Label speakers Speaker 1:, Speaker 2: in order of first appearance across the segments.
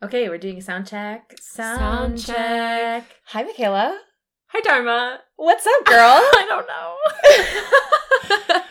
Speaker 1: Okay, we're doing a sound check.
Speaker 2: Sound check.
Speaker 1: Hi, Michaela.
Speaker 2: Hi, Dharma.
Speaker 1: What's up, girl?
Speaker 2: I don't know.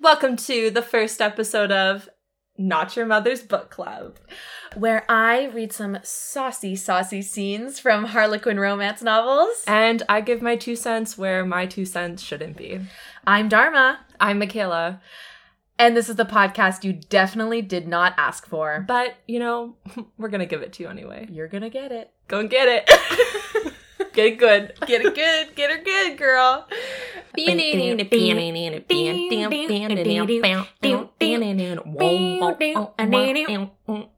Speaker 2: Welcome to the first episode of Not Your Mother's Book Club.
Speaker 1: Where I read some saucy, saucy scenes from Harlequin romance novels.
Speaker 2: And I give my two cents where my two cents shouldn't be.
Speaker 1: I'm Dharma,
Speaker 2: I'm Michaela,
Speaker 1: and this is the podcast you definitely did not ask for.
Speaker 2: but you know, we're gonna give it to you anyway.
Speaker 1: You're gonna get it.
Speaker 2: Go and get it. get it good.
Speaker 1: Get it good. Get her good, girl.
Speaker 2: We're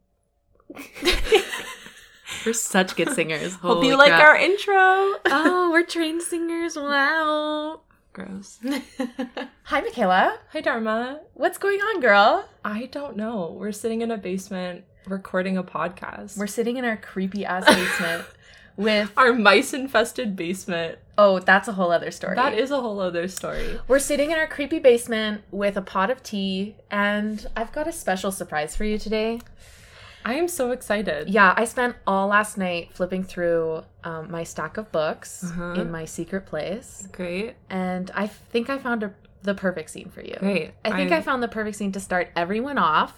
Speaker 2: such good singers. Hope you
Speaker 1: Holy
Speaker 2: like
Speaker 1: crap.
Speaker 2: our intro.
Speaker 1: oh, we're trained singers. Wow.
Speaker 2: Gross.
Speaker 1: Hi, Michaela.
Speaker 2: Hi, Dharma.
Speaker 1: What's going on, girl?
Speaker 2: I don't know. We're sitting in a basement recording a podcast.
Speaker 1: We're sitting in our creepy ass basement with
Speaker 2: our mice infested basement.
Speaker 1: oh, that's a whole other story.
Speaker 2: That is a whole other story.
Speaker 1: We're sitting in our creepy basement with a pot of tea, and I've got a special surprise for you today.
Speaker 2: I am so excited.
Speaker 1: Yeah, I spent all last night flipping through um, my stack of books
Speaker 2: Uh-huh.
Speaker 1: in my secret place,
Speaker 2: Great.
Speaker 1: and I think I found a, the perfect scene for you.
Speaker 2: Great.
Speaker 1: I think
Speaker 2: I'm-
Speaker 1: I found the perfect scene to start everyone off.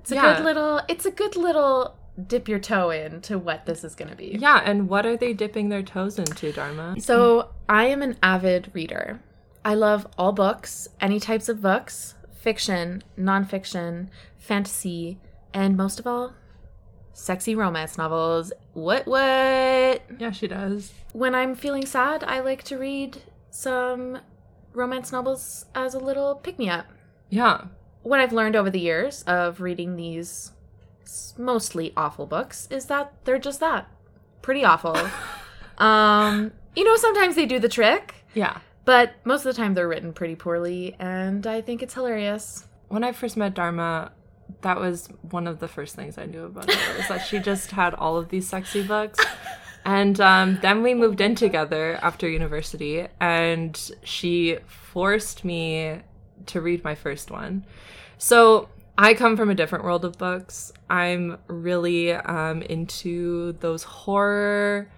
Speaker 1: It's a
Speaker 2: Yeah.
Speaker 1: good little. It's a good little dip your toe in to what this is going to be.
Speaker 2: Yeah, and what are they dipping their toes into, Dharma?
Speaker 1: So, I am an avid reader. I love all books, any types of books, fiction, nonfiction, fantasy, and most of all, sexy romance novels. What, what?
Speaker 2: Yeah, she does.
Speaker 1: When I'm feeling sad, I like to read some romance novels as a little pick me up.
Speaker 2: Yeah.
Speaker 1: What I've learned over the years of reading these s- mostly awful books is that they're just that pretty awful. um, you know, sometimes they do the trick.
Speaker 2: Yeah.
Speaker 1: But most of the time, they're written pretty poorly, and I think it's hilarious.
Speaker 2: When I first met Dharma, that was one of the first things I knew about her was that she just had all of these sexy books. And um, then we moved in together after university, and she forced me to read my first one. So I come from a different world of books. I'm really um, into those horror,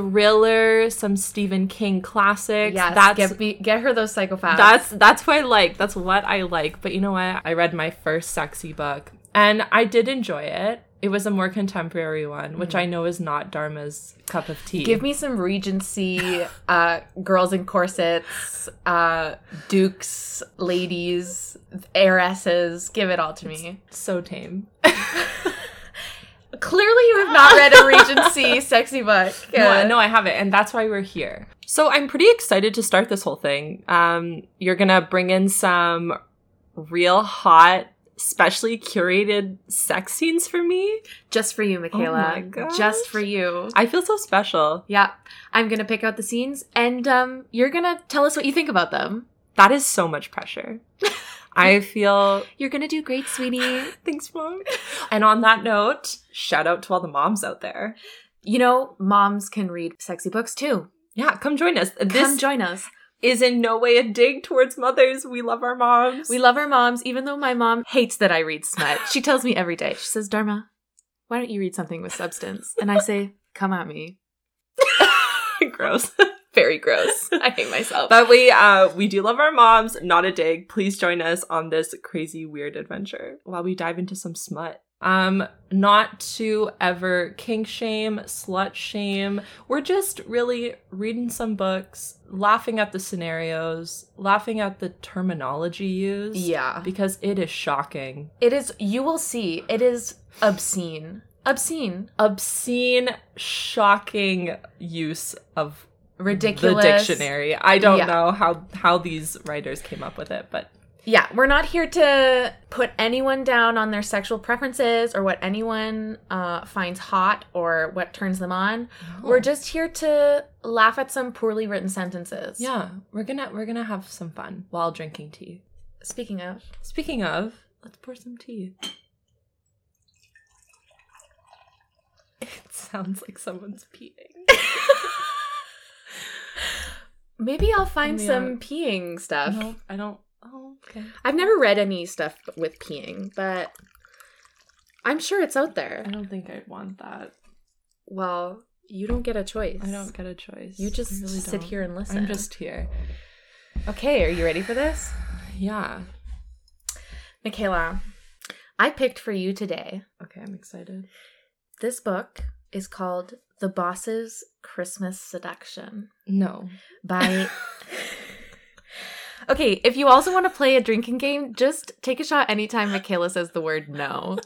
Speaker 2: thriller, some Stephen King classics.
Speaker 1: Yes, get, be, get her those psychopaths.
Speaker 2: That's that's what I like. That's what I like. But you know what? I read my first sexy book and I did enjoy it. It was a more contemporary one, which I know is not Dharma's cup of tea.
Speaker 1: Mm-hmm. Give me some Regency, uh, girls in corsets, uh, dukes, ladies, heiresses. Give it all to me.
Speaker 2: so tame.
Speaker 1: Clearly, you have not read a Regency sexy book.
Speaker 2: No, I- no, I have it, and that's why we're here. So I'm pretty excited to start this whole thing. Um, you're gonna bring in some real hot, specially curated sex scenes for me.
Speaker 1: Just for you, Michaela.
Speaker 2: my gosh.
Speaker 1: Just for you.
Speaker 2: I feel so special.
Speaker 1: yeah, I'm gonna pick out the scenes, and um, you're gonna tell us what you think about them.
Speaker 2: That is so much pressure. I feel
Speaker 1: You're gonna do great, sweetie.
Speaker 2: Thanks, mom. And on that note, shout out to all the moms out there.
Speaker 1: You know, moms can read sexy books too.
Speaker 2: Yeah, come join us. This
Speaker 1: Come join us.
Speaker 2: is in no way a dig towards mothers. We love our moms.
Speaker 1: We love our moms, even though my mom hates that I read smut. She tells me every day. She says, Dharma, why don't you read something with substance? And I say, come at me.
Speaker 2: gross.
Speaker 1: Very gross. I hate myself.
Speaker 2: But we uh we do love our moms, not a dig. Please join us on this crazy weird adventure while we dive into some smut. Um not to ever kink shame, slut shame. We're just really reading some books, laughing at the scenarios, laughing at the terminology used.
Speaker 1: yeah.
Speaker 2: because it is shocking.
Speaker 1: It is, you will see, it is obscene. Obscene.
Speaker 2: Obscene, shocking use of
Speaker 1: Ridiculous.
Speaker 2: the dictionary. I don't
Speaker 1: Yeah.
Speaker 2: know how how these writers came up with it, but
Speaker 1: Yeah, we're not here to put anyone down on their sexual preferences or what anyone uh, finds hot or what turns them on.
Speaker 2: Oh.
Speaker 1: We're just here to laugh at some poorly written sentences.
Speaker 2: yeah, we're gonna we're gonna have some fun while drinking tea.
Speaker 1: Speaking of,
Speaker 2: Speaking of, let's pour some tea. sounds like someone's peeing.
Speaker 1: Maybe I'll find
Speaker 2: Yeah.
Speaker 1: some peeing stuff.
Speaker 2: Nope, I don't. Oh, okay.
Speaker 1: I've never read any stuff with peeing, but I'm sure it's out
Speaker 2: I
Speaker 1: there.
Speaker 2: don't think I'd want that.
Speaker 1: Well, you don't get a choice.
Speaker 2: I don't get a choice.
Speaker 1: You
Speaker 2: I
Speaker 1: just
Speaker 2: really
Speaker 1: sit
Speaker 2: don't.
Speaker 1: here and listen.
Speaker 2: I'm just here.
Speaker 1: okay. Are you ready for this,
Speaker 2: Yeah.
Speaker 1: Michaela? I picked for you today.
Speaker 2: Okay, I'm excited.
Speaker 1: This book is called "The Boss's Christmas Seduction"
Speaker 2: No.
Speaker 1: by. okay, if you also want to play a drinking game, just take a shot anytime Michaela says the word no.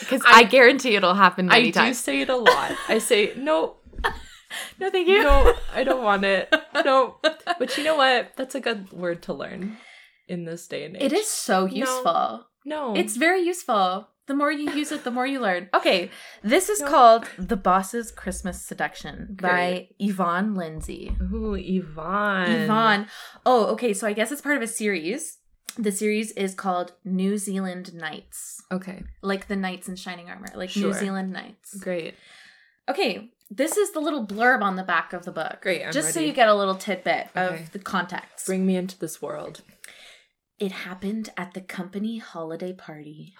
Speaker 1: Because I,
Speaker 2: I-
Speaker 1: guarantee it'll happen
Speaker 2: I
Speaker 1: many
Speaker 2: do
Speaker 1: times.
Speaker 2: say it a lot. I say, no,
Speaker 1: No, thank
Speaker 2: no, I don't want it. No. But you know what? That's a good word to learn in this day and age.
Speaker 1: It is so useful.
Speaker 2: No.
Speaker 1: It's very useful. The more you use it, the more you learn. Okay, this is
Speaker 2: No.
Speaker 1: called The Boss's Christmas Seduction by
Speaker 2: Great.
Speaker 1: Yvonne Lindsay.
Speaker 2: Ooh, Yvonne.
Speaker 1: Yvonne. Oh, okay, so I guess it's part of a series. The series is called New Zealand Knights,
Speaker 2: Okay,
Speaker 1: like the knights in shining armor, like New
Speaker 2: Sure.
Speaker 1: Zealand Knights.
Speaker 2: great.
Speaker 1: Okay, this is the little blurb on the back of the book.
Speaker 2: Great, I'm
Speaker 1: Just so
Speaker 2: ready.
Speaker 1: you get a little tidbit
Speaker 2: Okay.
Speaker 1: of the context.
Speaker 2: Bring me into this world.
Speaker 1: It happened at the company holiday party.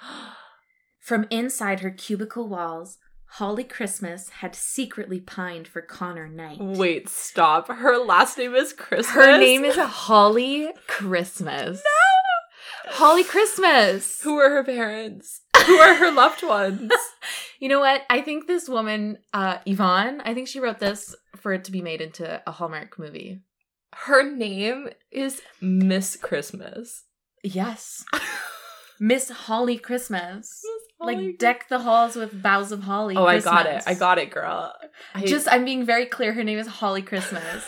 Speaker 1: From inside her cubicle walls, Holly Christmas had secretly pined for Connor Knight.
Speaker 2: Wait, stop. Her last name is Christmas.
Speaker 1: Her name is Holly Christmas. No! Holly Christmas.
Speaker 2: Who are her parents? Who are her loved ones?
Speaker 1: You know what? I think this woman, uh, Yvonne, I think she wrote this for it to be made into a Hallmark movie.
Speaker 2: Her name is Miss Christmas.
Speaker 1: Yes. Miss Holly Christmas.
Speaker 2: Holy-
Speaker 1: Like deck the halls with boughs of holly.
Speaker 2: Oh, I got it.
Speaker 1: Christmas.
Speaker 2: I got it, girl. I-
Speaker 1: Just I'm being very clear. Her name is Holly Christmas.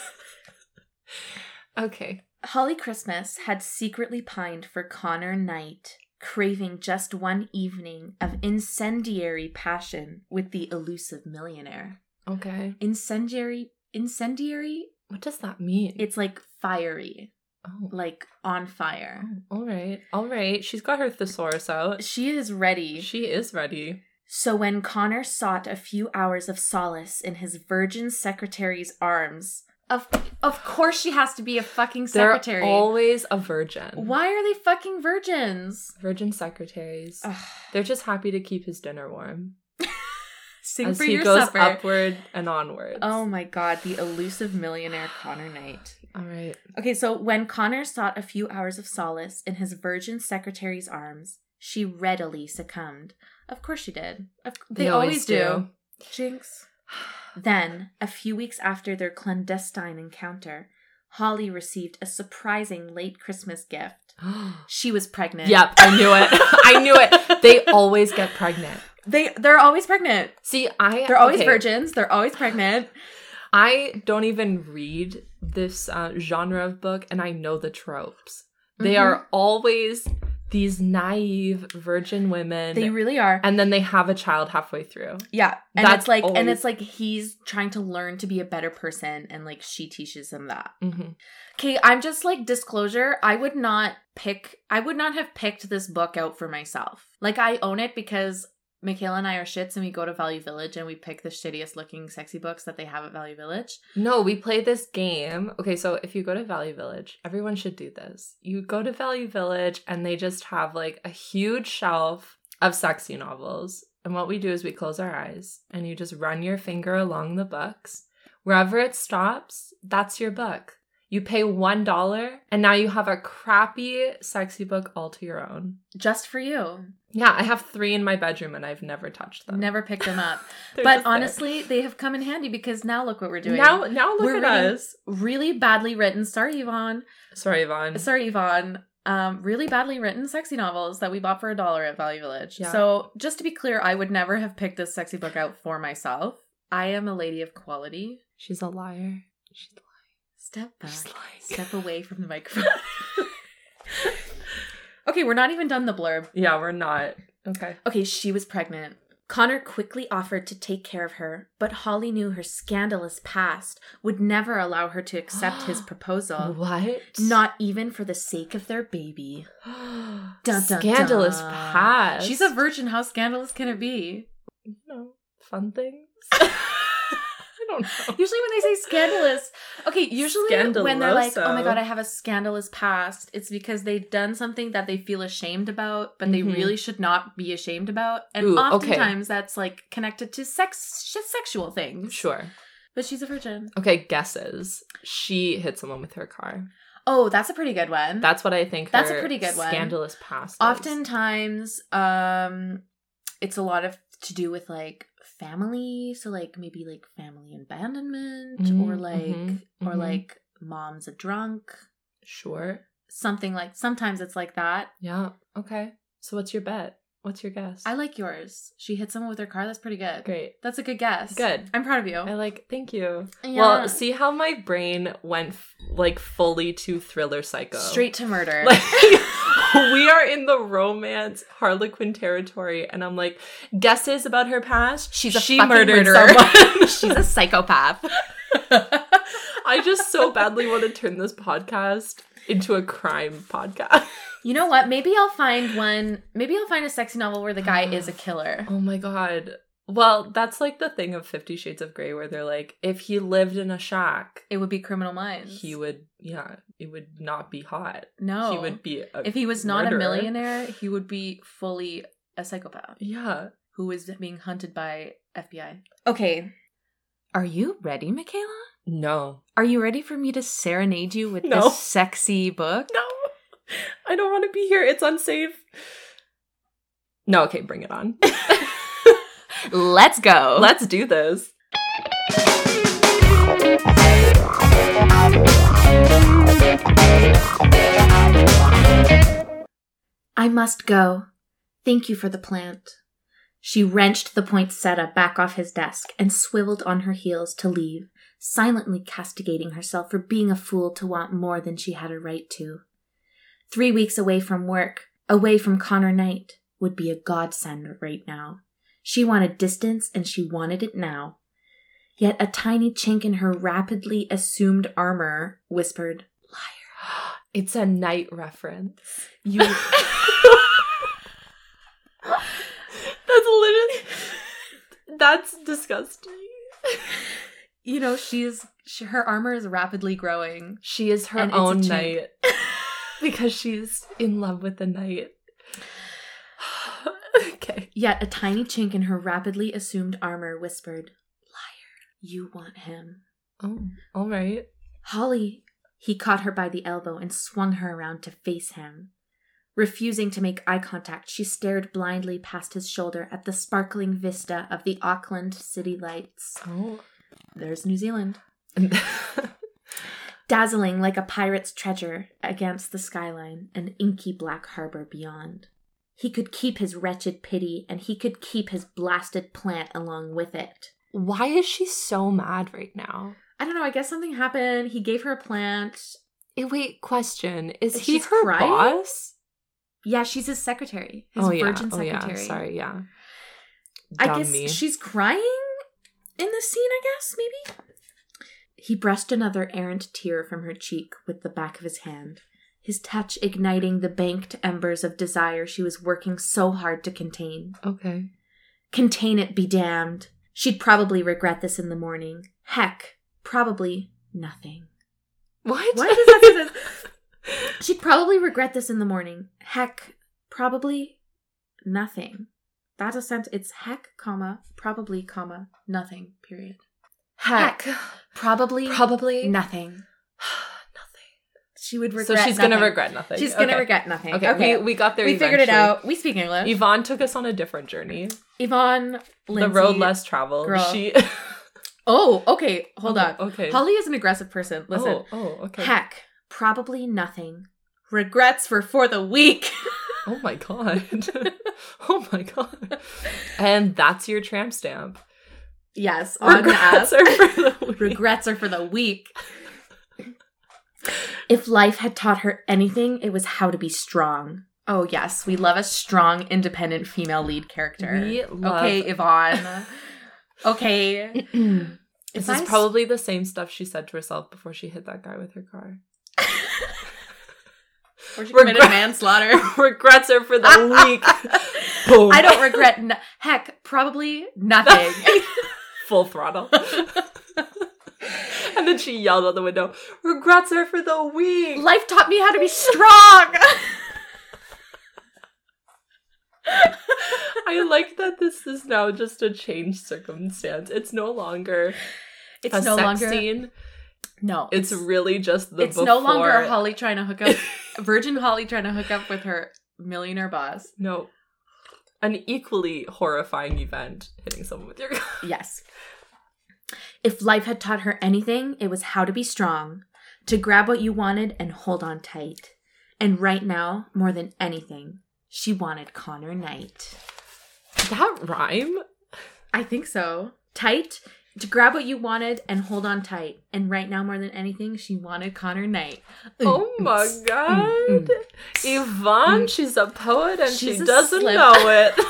Speaker 2: okay.
Speaker 1: Holly Christmas had secretly pined for Connor Knight, craving just one evening of incendiary passion with the elusive millionaire.
Speaker 2: Okay.
Speaker 1: Incendiary incendiary?
Speaker 2: What does that mean?
Speaker 1: It's like fiery,
Speaker 2: oh.
Speaker 1: like on fire.
Speaker 2: oh, all right. All right. She's got her thesaurus out.
Speaker 1: She is ready.
Speaker 2: She is ready.
Speaker 1: So when Connor sought a few hours of solace in his virgin secretary's arms, of of course she has to be a fucking secretary.
Speaker 2: They're always a virgin.
Speaker 1: Why are they fucking virgins?
Speaker 2: Virgin secretaries.
Speaker 1: Ugh.
Speaker 2: They're just happy to keep his dinner warm
Speaker 1: Sing
Speaker 2: as
Speaker 1: for
Speaker 2: he
Speaker 1: your
Speaker 2: goes
Speaker 1: supper.
Speaker 2: upward and onwards.
Speaker 1: Oh my god, the elusive millionaire Connor Knight.
Speaker 2: All right.
Speaker 1: Okay, so when Connor sought a few hours of solace in his virgin secretary's arms, she readily succumbed. Of course she did. Of- they, always, do. Jinx. Then, a few weeks after their clandestine encounter, Holly received a surprising late Christmas gift. She was pregnant.
Speaker 2: yep, I knew it. I knew it. They always get pregnant.
Speaker 1: They they're always pregnant.
Speaker 2: See, I
Speaker 1: They're always
Speaker 2: okay,
Speaker 1: virgins. They're always pregnant.
Speaker 2: I don't even read this uh, genre of book, and I know the tropes. They
Speaker 1: Mhm.
Speaker 2: are always these naive virgin women,
Speaker 1: They really are.
Speaker 2: and then they have a child halfway through.
Speaker 1: Yeah. And
Speaker 2: That's
Speaker 1: it's like and
Speaker 2: always-
Speaker 1: it's like he's trying to learn to be a better person and like she teaches him that.
Speaker 2: Mhm.
Speaker 1: Okay, I'm just like disclosure, I would not pick I would not have picked this book out for myself. Like I own it because Michaela and I are shits and we go to Value Village and we pick the shittiest looking sexy books that they have at Value Village.
Speaker 2: No, we play this game. Okay, so if you go to Value Village, everyone should do this. You go to Value Village and they just have like a huge shelf of sexy novels. And what we do is we close our eyes and you just run your finger along the books. Wherever it stops, that's your book. You pay $1 and now you have a crappy sexy book all to your own.
Speaker 1: Just for you.
Speaker 2: Yeah, I have three in my bedroom and I've never touched them.
Speaker 1: Never picked them up.
Speaker 2: They're
Speaker 1: but
Speaker 2: just there.
Speaker 1: honestly, they have come in handy because now look what we're doing.
Speaker 2: now, now look
Speaker 1: We're
Speaker 2: at
Speaker 1: reading-
Speaker 2: us.
Speaker 1: really badly written. Sorry, Yvonne.
Speaker 2: Sorry, Yvonne.
Speaker 1: sorry yvonne um really badly written sexy novels that we bought for a dollar at value village
Speaker 2: Yeah.
Speaker 1: so just to be clear i would never have picked this sexy book out for myself i am a lady of quality
Speaker 2: She's a liar. She's
Speaker 1: step back
Speaker 2: She's lying.
Speaker 1: step away from the microphone okay we're not even done the blurb
Speaker 2: Yeah, we're not. Okay.
Speaker 1: Okay, she was pregnant. Connor quickly offered to take care of her, but Holly knew her scandalous past would never allow her to accept his proposal,
Speaker 2: What?
Speaker 1: not even for the sake of their baby.
Speaker 2: Dun, dun, Scandalous
Speaker 1: dun.
Speaker 2: past.
Speaker 1: She's a virgin. How scandalous can it be?
Speaker 2: No. Fun things? I don't know.
Speaker 1: Usually when they say scandalous, okay, usually when they're like, "Oh my
Speaker 2: Scandaloso.
Speaker 1: god, I have a scandalous past," it's because they've done something that they feel ashamed about, but they
Speaker 2: Mhm.
Speaker 1: really should not be ashamed about. And
Speaker 2: Ooh, okay.
Speaker 1: oftentimes that's like connected to sex, sh- sexual things.
Speaker 2: Sure.
Speaker 1: But she's a virgin.
Speaker 2: Okay, guesses. She hit someone with her car.
Speaker 1: Oh, that's a pretty good one.
Speaker 2: That's what I think.
Speaker 1: That's a
Speaker 2: her
Speaker 1: pretty good one.
Speaker 2: Scandalous past. is.
Speaker 1: oftentimes um it's a lot of to do with like family so like maybe like family abandonment
Speaker 2: Mm,
Speaker 1: or like
Speaker 2: mhm,
Speaker 1: or
Speaker 2: mhm.
Speaker 1: like mom's a drunk
Speaker 2: Sure.
Speaker 1: something like sometimes it's like that
Speaker 2: Yeah. Okay. So what's your bet? What's your guess?
Speaker 1: i like yours she hit someone with her car that's pretty good
Speaker 2: Great.
Speaker 1: that's a good guess
Speaker 2: Good.
Speaker 1: i'm proud of you
Speaker 2: I like. Thank you.
Speaker 1: Yeah.
Speaker 2: Well, see how my brain went f- like fully to thriller psycho.
Speaker 1: straight to murder
Speaker 2: Like we are in the romance Harlequin territory, and I'm like guesses about her past.
Speaker 1: She's a
Speaker 2: she
Speaker 1: fucking
Speaker 2: murdered
Speaker 1: murderer.
Speaker 2: someone.
Speaker 1: she's a psychopath
Speaker 2: I just so badly want to turn this podcast into a crime podcast.
Speaker 1: you know what maybe i'll find one maybe i'll find a sexy novel where the guy is a killer
Speaker 2: Oh my god. Well, that's like the thing of Fifty Shades of Grey, where they're like, if he lived in a shack,
Speaker 1: it would be criminal minds
Speaker 2: he would, yeah, it would not be hot.
Speaker 1: no
Speaker 2: He would be. A
Speaker 1: If he was not a
Speaker 2: murderer.
Speaker 1: millionaire, he would be fully a psychopath
Speaker 2: yeah.
Speaker 1: who is being hunted by FBI. Okay. Are you ready, Michaela?
Speaker 2: No.
Speaker 1: Are you ready for me to serenade you with
Speaker 2: No.
Speaker 1: this sexy book?
Speaker 2: No. I don't want to be here. It's unsafe. No, okay, bring it on.
Speaker 1: Let's go.
Speaker 2: Let's do this.
Speaker 1: I must go. Thank you for the plant. She wrenched the poinsettia back off his desk and swiveled on her heels to leave, silently castigating herself for being a fool to want more than she had a right to. Three weeks away from work, away from Connor Knight, would be a godsend right now. She wanted distance and she wanted it now. Yet a tiny chink in her rapidly assumed armor whispered,
Speaker 2: It's a night reference. You.
Speaker 1: You.
Speaker 2: That's literally. That's disgusting.
Speaker 1: you know she's she, her armor is rapidly growing
Speaker 2: She is her
Speaker 1: And it's a
Speaker 2: own
Speaker 1: chink.
Speaker 2: knight because she's in love with the knight. okay.
Speaker 1: yet a tiny chink in her rapidly assumed armor whispered liar you want him
Speaker 2: Oh, all right.
Speaker 1: holly he caught her by the elbow and swung her around to face him refusing to make eye contact she stared blindly past his shoulder at the sparkling vista of the auckland city lights
Speaker 2: Oh.
Speaker 1: there's new zealand dazzling like a pirate's treasure against the skyline, an inky black harbor beyond. He could keep his wretched pity, and he could keep his blasted plant along with it.
Speaker 2: Why is she so mad right now?
Speaker 1: I don't know, I guess something happened. He gave her a plant.
Speaker 2: Eh, Wait, question. Is
Speaker 1: Is
Speaker 2: he
Speaker 1: she
Speaker 2: her
Speaker 1: crying?
Speaker 2: boss?
Speaker 1: Yeah, she's his secretary, his
Speaker 2: oh, yeah.
Speaker 1: virgin
Speaker 2: oh,
Speaker 1: secretary.
Speaker 2: yeah. Sorry, yeah.
Speaker 1: I
Speaker 2: Dumb
Speaker 1: guess
Speaker 2: me.
Speaker 1: she's crying in this scene, I guess, maybe? He brushed another errant tear from her cheek with the back of his hand, his touch igniting the banked embers of desire she was working so hard to contain.
Speaker 2: Okay.
Speaker 1: Contain it, be damned. She'd probably regret this in the morning. Heck, probably nothing.
Speaker 2: What?
Speaker 1: Why does that say She'd probably regret this in the morning. Heck, probably nothing. That's a sentence. It's heck, comma, probably, comma, nothing, period.
Speaker 2: Heck.
Speaker 1: Probably,
Speaker 2: Probably
Speaker 1: nothing.
Speaker 2: nothing.
Speaker 1: She would regret
Speaker 2: So she's going to
Speaker 1: nothing.
Speaker 2: regret nothing.
Speaker 1: She's going to
Speaker 2: Okay.
Speaker 1: regret nothing.
Speaker 2: Okay, We, we got there
Speaker 1: We figured it
Speaker 2: eventually.
Speaker 1: out. We speak English.
Speaker 2: Yvonne took us on a different journey.
Speaker 1: Yvonne, Lindsay.
Speaker 2: the road less traveled.
Speaker 1: girl.
Speaker 2: She
Speaker 1: Oh, okay. Hold
Speaker 2: Oh,
Speaker 1: on.
Speaker 2: Okay.
Speaker 1: Holly is an aggressive person.
Speaker 2: Oh,
Speaker 1: Listen.
Speaker 2: Oh, okay.
Speaker 1: Heck, probably nothing. Regrets for for the week.
Speaker 2: Oh my god. oh my god. And that's your tramp stamp.
Speaker 1: yes, on to us.
Speaker 2: Regrets are for the week.
Speaker 1: Regrets are for the week. if life had taught her anything, it was how to be strong. Oh yes, we love a strong, independent female lead character.
Speaker 2: We love-
Speaker 1: okay, Yvonne. okay.
Speaker 2: This
Speaker 1: If I
Speaker 2: is
Speaker 1: s-
Speaker 2: probably the same stuff she said to herself before she hit that guy with her car.
Speaker 3: Or she committed
Speaker 2: Regret-
Speaker 3: manslaughter.
Speaker 2: Regrets her for the week. Boom.
Speaker 1: I don't regret. N- heck, probably nothing.
Speaker 2: Full throttle. and then she yelled out the window, regrets her for the week.
Speaker 1: Life taught me how to be strong.
Speaker 2: I like that this is now just a changed circumstance. It's no longer
Speaker 1: It's
Speaker 2: a
Speaker 1: no
Speaker 2: sex
Speaker 1: longer
Speaker 2: scene.
Speaker 1: no.
Speaker 2: It's really just the
Speaker 3: it's no longer
Speaker 2: before-
Speaker 3: Holly trying to hook up, Virgin Holly trying to hook up with her millionaire boss.
Speaker 2: No. An equally horrifying event hitting someone with your car.
Speaker 1: Yes. If life had taught her anything, it was how to be strong, to grab what you wanted and hold on tight. And right now, more than anything, she wanted Connor Knight.
Speaker 2: That rhyme?
Speaker 1: I think so. Tight, to grab what you wanted and hold on tight. And right now, more than anything, she wanted Connor Knight.
Speaker 2: Oh
Speaker 1: Mm,
Speaker 2: my
Speaker 1: mm,
Speaker 2: god.
Speaker 1: mm.
Speaker 2: Yvonne, she's a poet and
Speaker 1: She's
Speaker 2: she
Speaker 1: a
Speaker 2: doesn't
Speaker 1: slim-
Speaker 2: know it.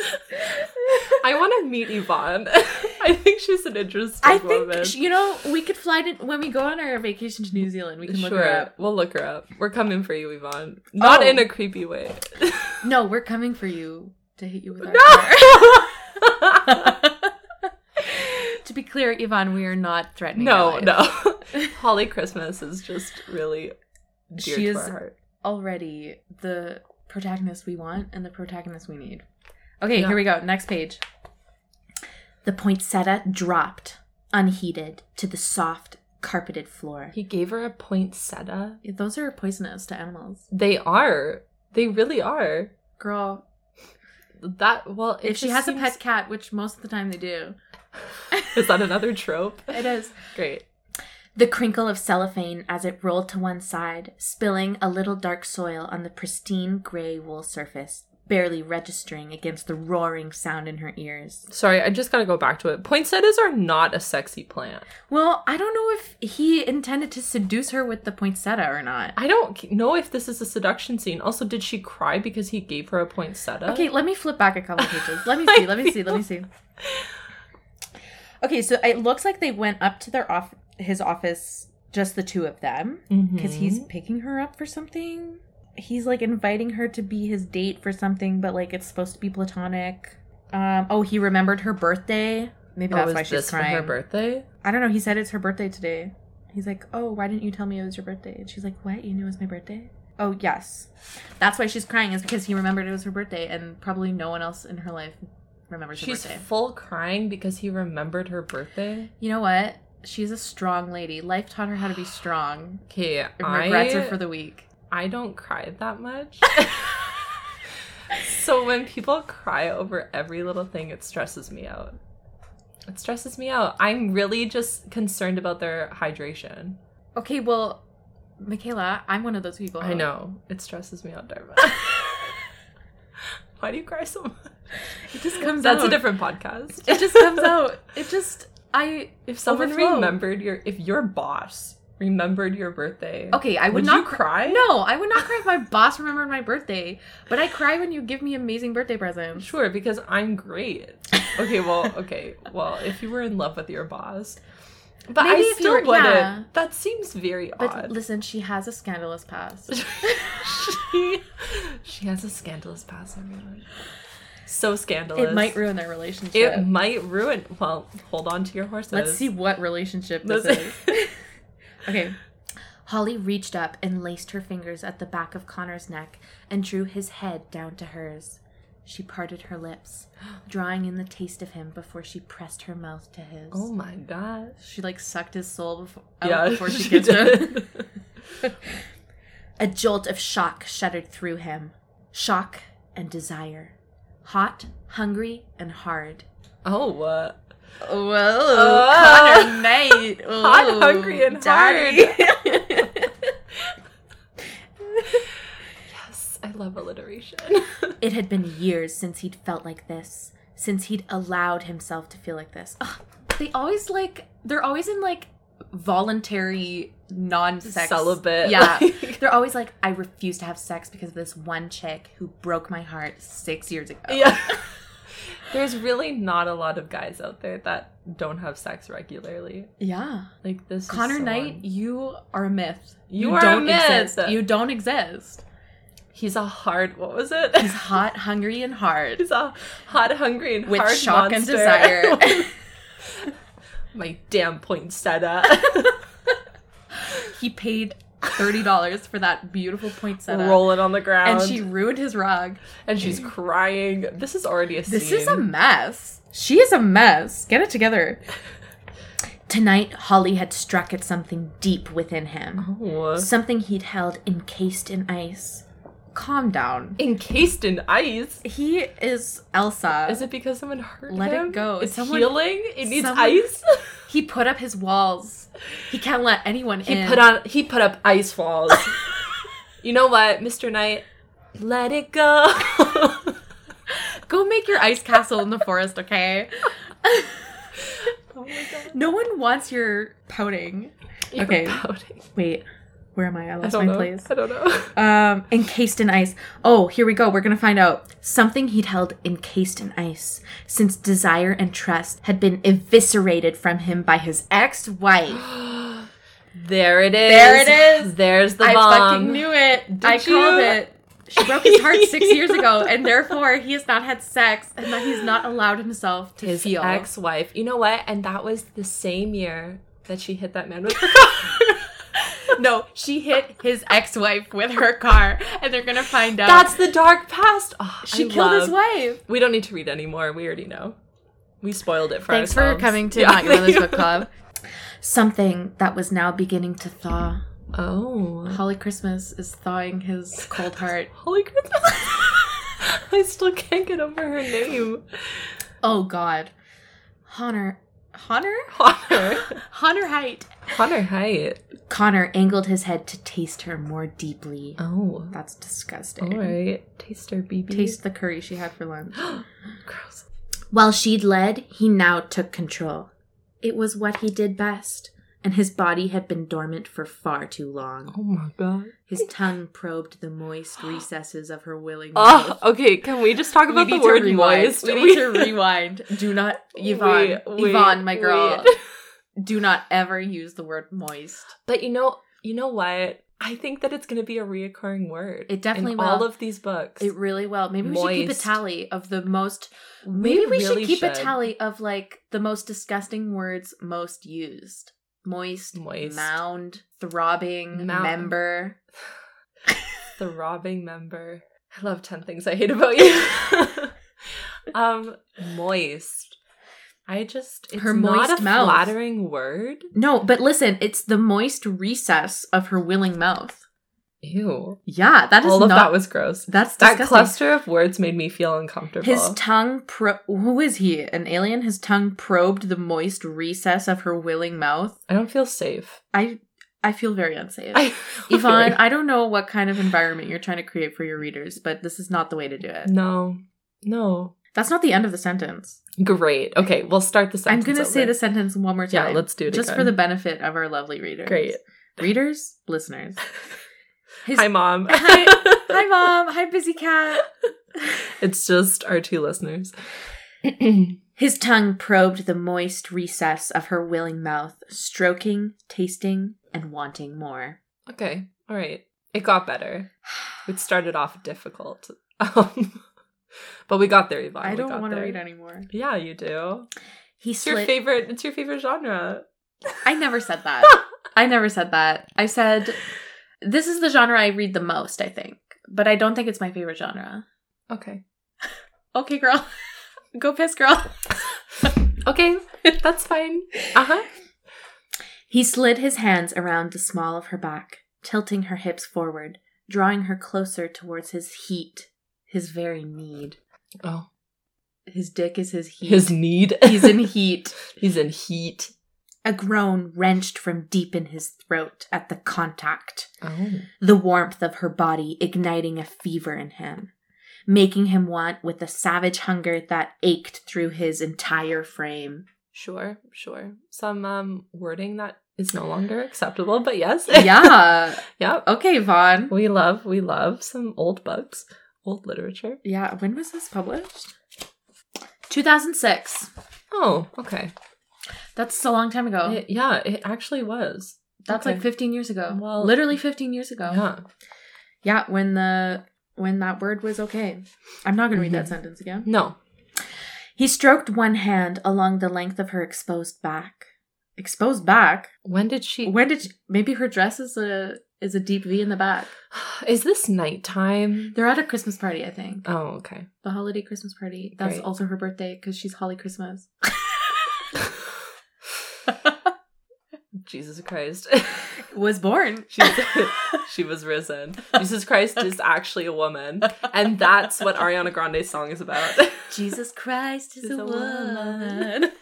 Speaker 2: I want to meet Yvonne. I think she's an interesting
Speaker 1: I
Speaker 2: woman.
Speaker 1: think, she- you know, we could fly to, when we go on our vacation to New Zealand, we can look her
Speaker 2: Sure,
Speaker 1: up.
Speaker 2: we'll look her up. We're coming for you, Yvonne. Not
Speaker 1: Oh.
Speaker 2: in a creepy way.
Speaker 1: No, we're coming for you to hit you with our car. to be clear, Yvonne, we are not threatening. your
Speaker 2: no,
Speaker 1: life.
Speaker 2: no. Holly Christmas is just really dear
Speaker 1: She
Speaker 2: to
Speaker 1: is-
Speaker 2: our heart.
Speaker 1: Already the protagonist we want and the protagonist we need. Okay,
Speaker 2: Yeah.
Speaker 1: here we go. Next page. The poinsettia dropped, unheeded, to the soft, carpeted floor.
Speaker 2: He gave her a poinsettia.
Speaker 1: Those are poisonous to animals.
Speaker 2: They are. They really are.
Speaker 1: Girl,
Speaker 2: That well, it
Speaker 1: if she has
Speaker 2: just
Speaker 1: a pet
Speaker 2: seems-
Speaker 1: cat, which most of the time they do,
Speaker 2: is that another trope?
Speaker 1: it is.
Speaker 2: Great.
Speaker 1: The crinkle of cellophane as it rolled to one side, spilling a little dark soil on the pristine gray wool surface, barely registering against the roaring sound in her ears.
Speaker 2: Sorry, I just gotta go back to it. Poinsettias are not a sexy plant.
Speaker 1: Well, I don't know if he intended to seduce her with the poinsettia or not.
Speaker 2: I don't know if this is a seduction scene. Also, did she cry because he gave her a poinsettia?
Speaker 1: Uh, Okay, let me flip back a couple pages. Let me see, let me see, let me see. Okay, so it looks like they went up to their off his office, just the two of them. because he's
Speaker 2: Mm-hmm.
Speaker 1: picking her up for something. He's like inviting her to be his date for something, but like it's supposed to be platonic. Um, oh, he remembered her birthday. Maybe
Speaker 2: Oh,
Speaker 1: that's
Speaker 2: is
Speaker 1: why she's
Speaker 2: this for
Speaker 1: crying.
Speaker 2: her birthday?
Speaker 1: I don't know. He said it's her birthday today. He's like, "Oh, why didn't you tell me it was your birthday?" And she's like, "What? You knew it was my birthday?" Oh, yes. That's why she's crying is because he remembered it was her birthday, and probably no one else in her life remembers
Speaker 2: She's
Speaker 1: her birthday.
Speaker 2: full crying because he remembered her birthday.
Speaker 1: you know what? She's a strong lady. Life taught her how to be strong.
Speaker 2: Okay, I
Speaker 1: Regrets her for the week.
Speaker 2: I don't cry that much. so when people cry over every little thing, it stresses me out. It stresses me out. I'm really just concerned about their hydration.
Speaker 1: Okay, well, Michaela, I'm one of those people.
Speaker 2: I know. It stresses me out, Dharma. Why do you cry so much?
Speaker 1: It just comes
Speaker 2: That's
Speaker 1: out.
Speaker 2: a different podcast.
Speaker 1: It just comes out. It just I
Speaker 2: If someone
Speaker 1: Overflow.
Speaker 2: remembered your if your boss remembered your birthday.
Speaker 1: okay. I would,
Speaker 2: would,
Speaker 1: not
Speaker 2: you cry?
Speaker 1: No, I would not cry if my boss remembered my birthday. But I cry when you give me amazing birthday presents.
Speaker 2: Sure, because I'm great. Okay, well, okay, well, if you were in love with your boss, but
Speaker 1: Maybe if
Speaker 2: I
Speaker 1: you
Speaker 2: still
Speaker 1: were-
Speaker 2: wouldn't.
Speaker 1: yeah.
Speaker 2: That seems very
Speaker 1: But
Speaker 2: odd.
Speaker 1: listen, she has a scandalous past.
Speaker 2: she, she has a scandalous past. Everyone, so scandalous.
Speaker 1: it might ruin their relationship.
Speaker 2: It might ruin. Well, hold on to your horses.
Speaker 1: Let's see what relationship this
Speaker 2: Let's-
Speaker 1: is. Okay. Holly reached up and laced her fingers at the back of Connor's neck and drew his head down to hers. She parted her lips, drawing in the taste of him before she pressed her mouth to his.
Speaker 2: Oh my gosh.
Speaker 1: She like sucked his soul before,
Speaker 2: yeah,
Speaker 1: Oh, before she, kissed him.
Speaker 2: did.
Speaker 1: A jolt of shock shuddered through him. Shock and desire. Hot, hungry, and hard.
Speaker 2: Oh, uh,
Speaker 1: Whoa,
Speaker 2: Oh.
Speaker 1: Connor Knight.
Speaker 2: Hot,
Speaker 1: Ooh,
Speaker 2: hungry, and
Speaker 1: daddy.
Speaker 2: yes, I love alliteration.
Speaker 1: It had been years since he'd felt like this, since he'd allowed himself to feel like this. Ugh, they always like they're always in like voluntary non-sex
Speaker 2: Celibate.
Speaker 1: Yeah.
Speaker 2: like-
Speaker 1: they're always like I refuse to have sex because of this one chick who broke my heart 6 years ago.
Speaker 2: Yeah. There's really not a lot of guys out there that don't have sex regularly.
Speaker 3: Yeah.
Speaker 2: Like this. is
Speaker 3: Connor
Speaker 2: so
Speaker 3: Knight,
Speaker 2: un-
Speaker 3: you are a myth.
Speaker 2: You are a
Speaker 3: don't
Speaker 2: myth.
Speaker 3: Exist. You don't exist.
Speaker 2: He's a hard. What was it?
Speaker 3: He's hot, hungry, and hard.
Speaker 2: He's a hot, hungry, and
Speaker 3: With
Speaker 2: hard
Speaker 3: shock
Speaker 2: monster.
Speaker 3: and desire.
Speaker 2: My damn poinsettia.
Speaker 3: he paid $30 for that beautiful poinsettia.
Speaker 2: Rolling on the ground.
Speaker 3: and she ruined his rug.
Speaker 2: and she's crying. This is already a
Speaker 3: This
Speaker 2: scene.
Speaker 3: is a mess. She is a mess. Get it together.
Speaker 1: Tonight, Holly had struck at something deep within
Speaker 3: Uh-huh.
Speaker 1: him,
Speaker 2: Oh.
Speaker 1: something he'd held encased in ice.
Speaker 3: Calm down.
Speaker 2: encased in ice.
Speaker 3: He is Elsa.
Speaker 2: Is it because someone hurt
Speaker 3: Let it
Speaker 2: him?
Speaker 3: go.
Speaker 2: It's
Speaker 3: Someone-
Speaker 2: healing. It needs
Speaker 3: someone-
Speaker 2: ice.
Speaker 3: he put up his walls. He can't let anyone
Speaker 2: He
Speaker 3: in.
Speaker 2: put on. He put up ice walls. you know what, Mr. Knight? Let it go.
Speaker 3: Oh Go make your ice castle in the forest, okay?
Speaker 2: oh my god.
Speaker 3: No one wants your pouting.
Speaker 2: You're
Speaker 3: Okay.
Speaker 2: pouting.
Speaker 1: Wait, where am I? I
Speaker 2: I
Speaker 1: lost
Speaker 2: don't
Speaker 1: my
Speaker 2: know.
Speaker 1: place.
Speaker 2: I don't know.
Speaker 1: Um, encased in ice. Oh, here we go. We're gonna find out something he'd held encased in ice since desire and trust had been eviscerated from him by his ex-wife.
Speaker 2: There it is.
Speaker 3: There it is.
Speaker 2: There's the
Speaker 3: I
Speaker 2: bomb.
Speaker 3: fucking knew it. I
Speaker 2: Did
Speaker 3: called
Speaker 2: you?
Speaker 3: it. She broke his heart six years ago, and therefore he has not had sex, and that he's not allowed himself to
Speaker 2: His
Speaker 3: feel.
Speaker 2: ex-wife. You know what? And that was the same year that she hit that man with.
Speaker 3: No, she hit his ex-wife with her car, and they're gonna find out.
Speaker 2: That's the dark past. Oh,
Speaker 3: she
Speaker 2: I
Speaker 3: killed his
Speaker 2: love-
Speaker 3: wife.
Speaker 2: We don't need to read anymore. We already know. We spoiled it for
Speaker 3: Thanks for
Speaker 2: ourselves.
Speaker 3: coming to
Speaker 2: Yeah,
Speaker 3: Not Your
Speaker 2: thank
Speaker 3: Mother's
Speaker 2: you.
Speaker 3: Book Club.
Speaker 1: Something that was now beginning to thaw.
Speaker 2: Oh,
Speaker 3: Holly Christmas is thawing his cold heart.
Speaker 2: holy Christmas! I still can't get over her name.
Speaker 3: Oh God, Honor, Honor,
Speaker 2: Connor.
Speaker 3: Honor Height.
Speaker 2: Connor Hyatt.
Speaker 1: Connor angled his head to taste her more deeply.
Speaker 2: Oh,
Speaker 1: That's disgusting.
Speaker 2: all right. Taste her, BB.
Speaker 3: Taste the curry she had for lunch.
Speaker 2: Gross.
Speaker 1: While she'd led, he now took control. It was what he did best, and his body had been dormant for far too long.
Speaker 2: Oh my god.
Speaker 1: His tongue probed the moist recesses of her willing mouth.
Speaker 2: Oh, okay. Can we just talk
Speaker 3: We
Speaker 2: about the
Speaker 3: need to
Speaker 2: word
Speaker 3: rewind.
Speaker 2: moist?
Speaker 3: We need to rewind. Do not, Yvonne,
Speaker 2: Wait, wait,
Speaker 3: Yvonne, my girl.
Speaker 2: wait.
Speaker 3: Do not ever use the word moist.
Speaker 2: But you know, you know what? I think that it's going to be a reoccurring word.
Speaker 1: It definitely
Speaker 2: in all
Speaker 1: will.
Speaker 2: of these books.
Speaker 1: It really well. Maybe we should keep a
Speaker 2: Moist.
Speaker 1: tally of the most. Maybe we,
Speaker 2: really
Speaker 1: should keep a tally of like the most disgusting words most used. Moist,
Speaker 2: Moist.
Speaker 1: mound, throbbing,
Speaker 2: Mou-
Speaker 1: member.
Speaker 2: The robbing member. I love ten things I hate about you. um, moist. I just it's
Speaker 3: Her
Speaker 2: not
Speaker 3: moist
Speaker 2: a
Speaker 3: mouth.
Speaker 2: flattering word.
Speaker 1: No, but listen, it's the moist recess of her willing mouth.
Speaker 2: Ew.
Speaker 1: Yeah, that is
Speaker 2: All of
Speaker 1: not.
Speaker 2: that was gross.
Speaker 1: that's
Speaker 2: That
Speaker 1: disgusting.
Speaker 2: cluster of words made me feel uncomfortable.
Speaker 1: His tongue pro- who is he? An alien? His tongue probed the moist recess of her willing mouth.
Speaker 2: I don't feel safe.
Speaker 1: I I feel very unsafe.
Speaker 2: I
Speaker 1: Yvonne, I don't know what kind of environment you're trying to create for your readers, but this is not the way to do it.
Speaker 2: no, no.
Speaker 1: That's not the end of the sentence.
Speaker 2: Great. Okay, we'll start the
Speaker 1: I'm
Speaker 2: sentence.
Speaker 1: going to say
Speaker 2: over.
Speaker 1: the sentence one more
Speaker 2: Yeah,
Speaker 1: time.
Speaker 2: let's do it
Speaker 1: Just
Speaker 2: again.
Speaker 1: for the benefit of our lovely readers.
Speaker 2: Great.
Speaker 1: Readers, listeners. His-
Speaker 2: Hi, mom.
Speaker 1: Hi- Hi, Mom. Hi, Busy Cat.
Speaker 2: it's just our two listeners.
Speaker 1: His tongue probed the moist recess of her willing mouth, stroking, tasting, and wanting more.
Speaker 2: Okay. All right. It got better. It started off difficult. Um, but we got there, Yvonne.
Speaker 1: I
Speaker 2: We
Speaker 1: don't
Speaker 2: got
Speaker 1: want to
Speaker 2: there.
Speaker 1: read anymore.
Speaker 2: Yeah, you do.
Speaker 1: He
Speaker 2: It's your
Speaker 1: slid.
Speaker 2: favorite. It's your favorite genre.
Speaker 1: I never said that. I never said that. I said this is the genre I read the most, I think, but I don't think it's my favorite genre.
Speaker 2: Okay.
Speaker 3: Okay, girl. Go piss, girl.
Speaker 2: Okay. That's fine. Uh huh.
Speaker 1: He slid his hands around the small of her back, tilting her hips forward, drawing her closer towards his heat, his very need.
Speaker 2: Oh,
Speaker 1: His dick is his heat.
Speaker 2: his need.
Speaker 1: He's in heat.
Speaker 2: He's in heat.
Speaker 1: A groan wrenched from deep in his throat at the contact,
Speaker 2: Oh.
Speaker 1: the warmth of her body igniting a fever in him, making him want with a savage hunger that ached through his entire frame.
Speaker 2: Sure. Sure. Some um wording that is no longer acceptable, but yes.
Speaker 1: Yeah.
Speaker 2: yep.
Speaker 1: Okay, Vaughn.
Speaker 2: We love, we love some old books, old literature.
Speaker 1: Yeah, when was this published?
Speaker 3: 2006.
Speaker 2: Oh, okay.
Speaker 3: That's a long time
Speaker 1: Oh.
Speaker 3: ago.
Speaker 2: It- yeah, it actually was.
Speaker 3: That's
Speaker 2: okay.
Speaker 3: like 15 years ago.
Speaker 2: Well-
Speaker 3: literally 15 years
Speaker 1: Oh.
Speaker 3: ago.
Speaker 2: Yeah.
Speaker 1: Yeah,
Speaker 3: When the when that word was okay. I'm not going to read that sentence again.
Speaker 2: No.
Speaker 1: He stroked one hand along the length of her exposed back.
Speaker 3: Exposed back.
Speaker 2: When did she?
Speaker 3: When did she, maybe her dress is a is a deep V in the back?
Speaker 2: Is this nighttime?
Speaker 3: They're at a Christmas party, I think.
Speaker 2: Oh, okay.
Speaker 3: The holiday Christmas party. That's
Speaker 2: Great.
Speaker 3: also her birthday because she's Holly Christmas.
Speaker 2: Jesus Christ.
Speaker 3: Was born.
Speaker 2: She's, she was risen. Jesus Christ is actually a woman. And that's what Ariana Grande's song is about.
Speaker 3: Jesus Christ is,
Speaker 2: Is
Speaker 3: a,
Speaker 2: a
Speaker 3: woman.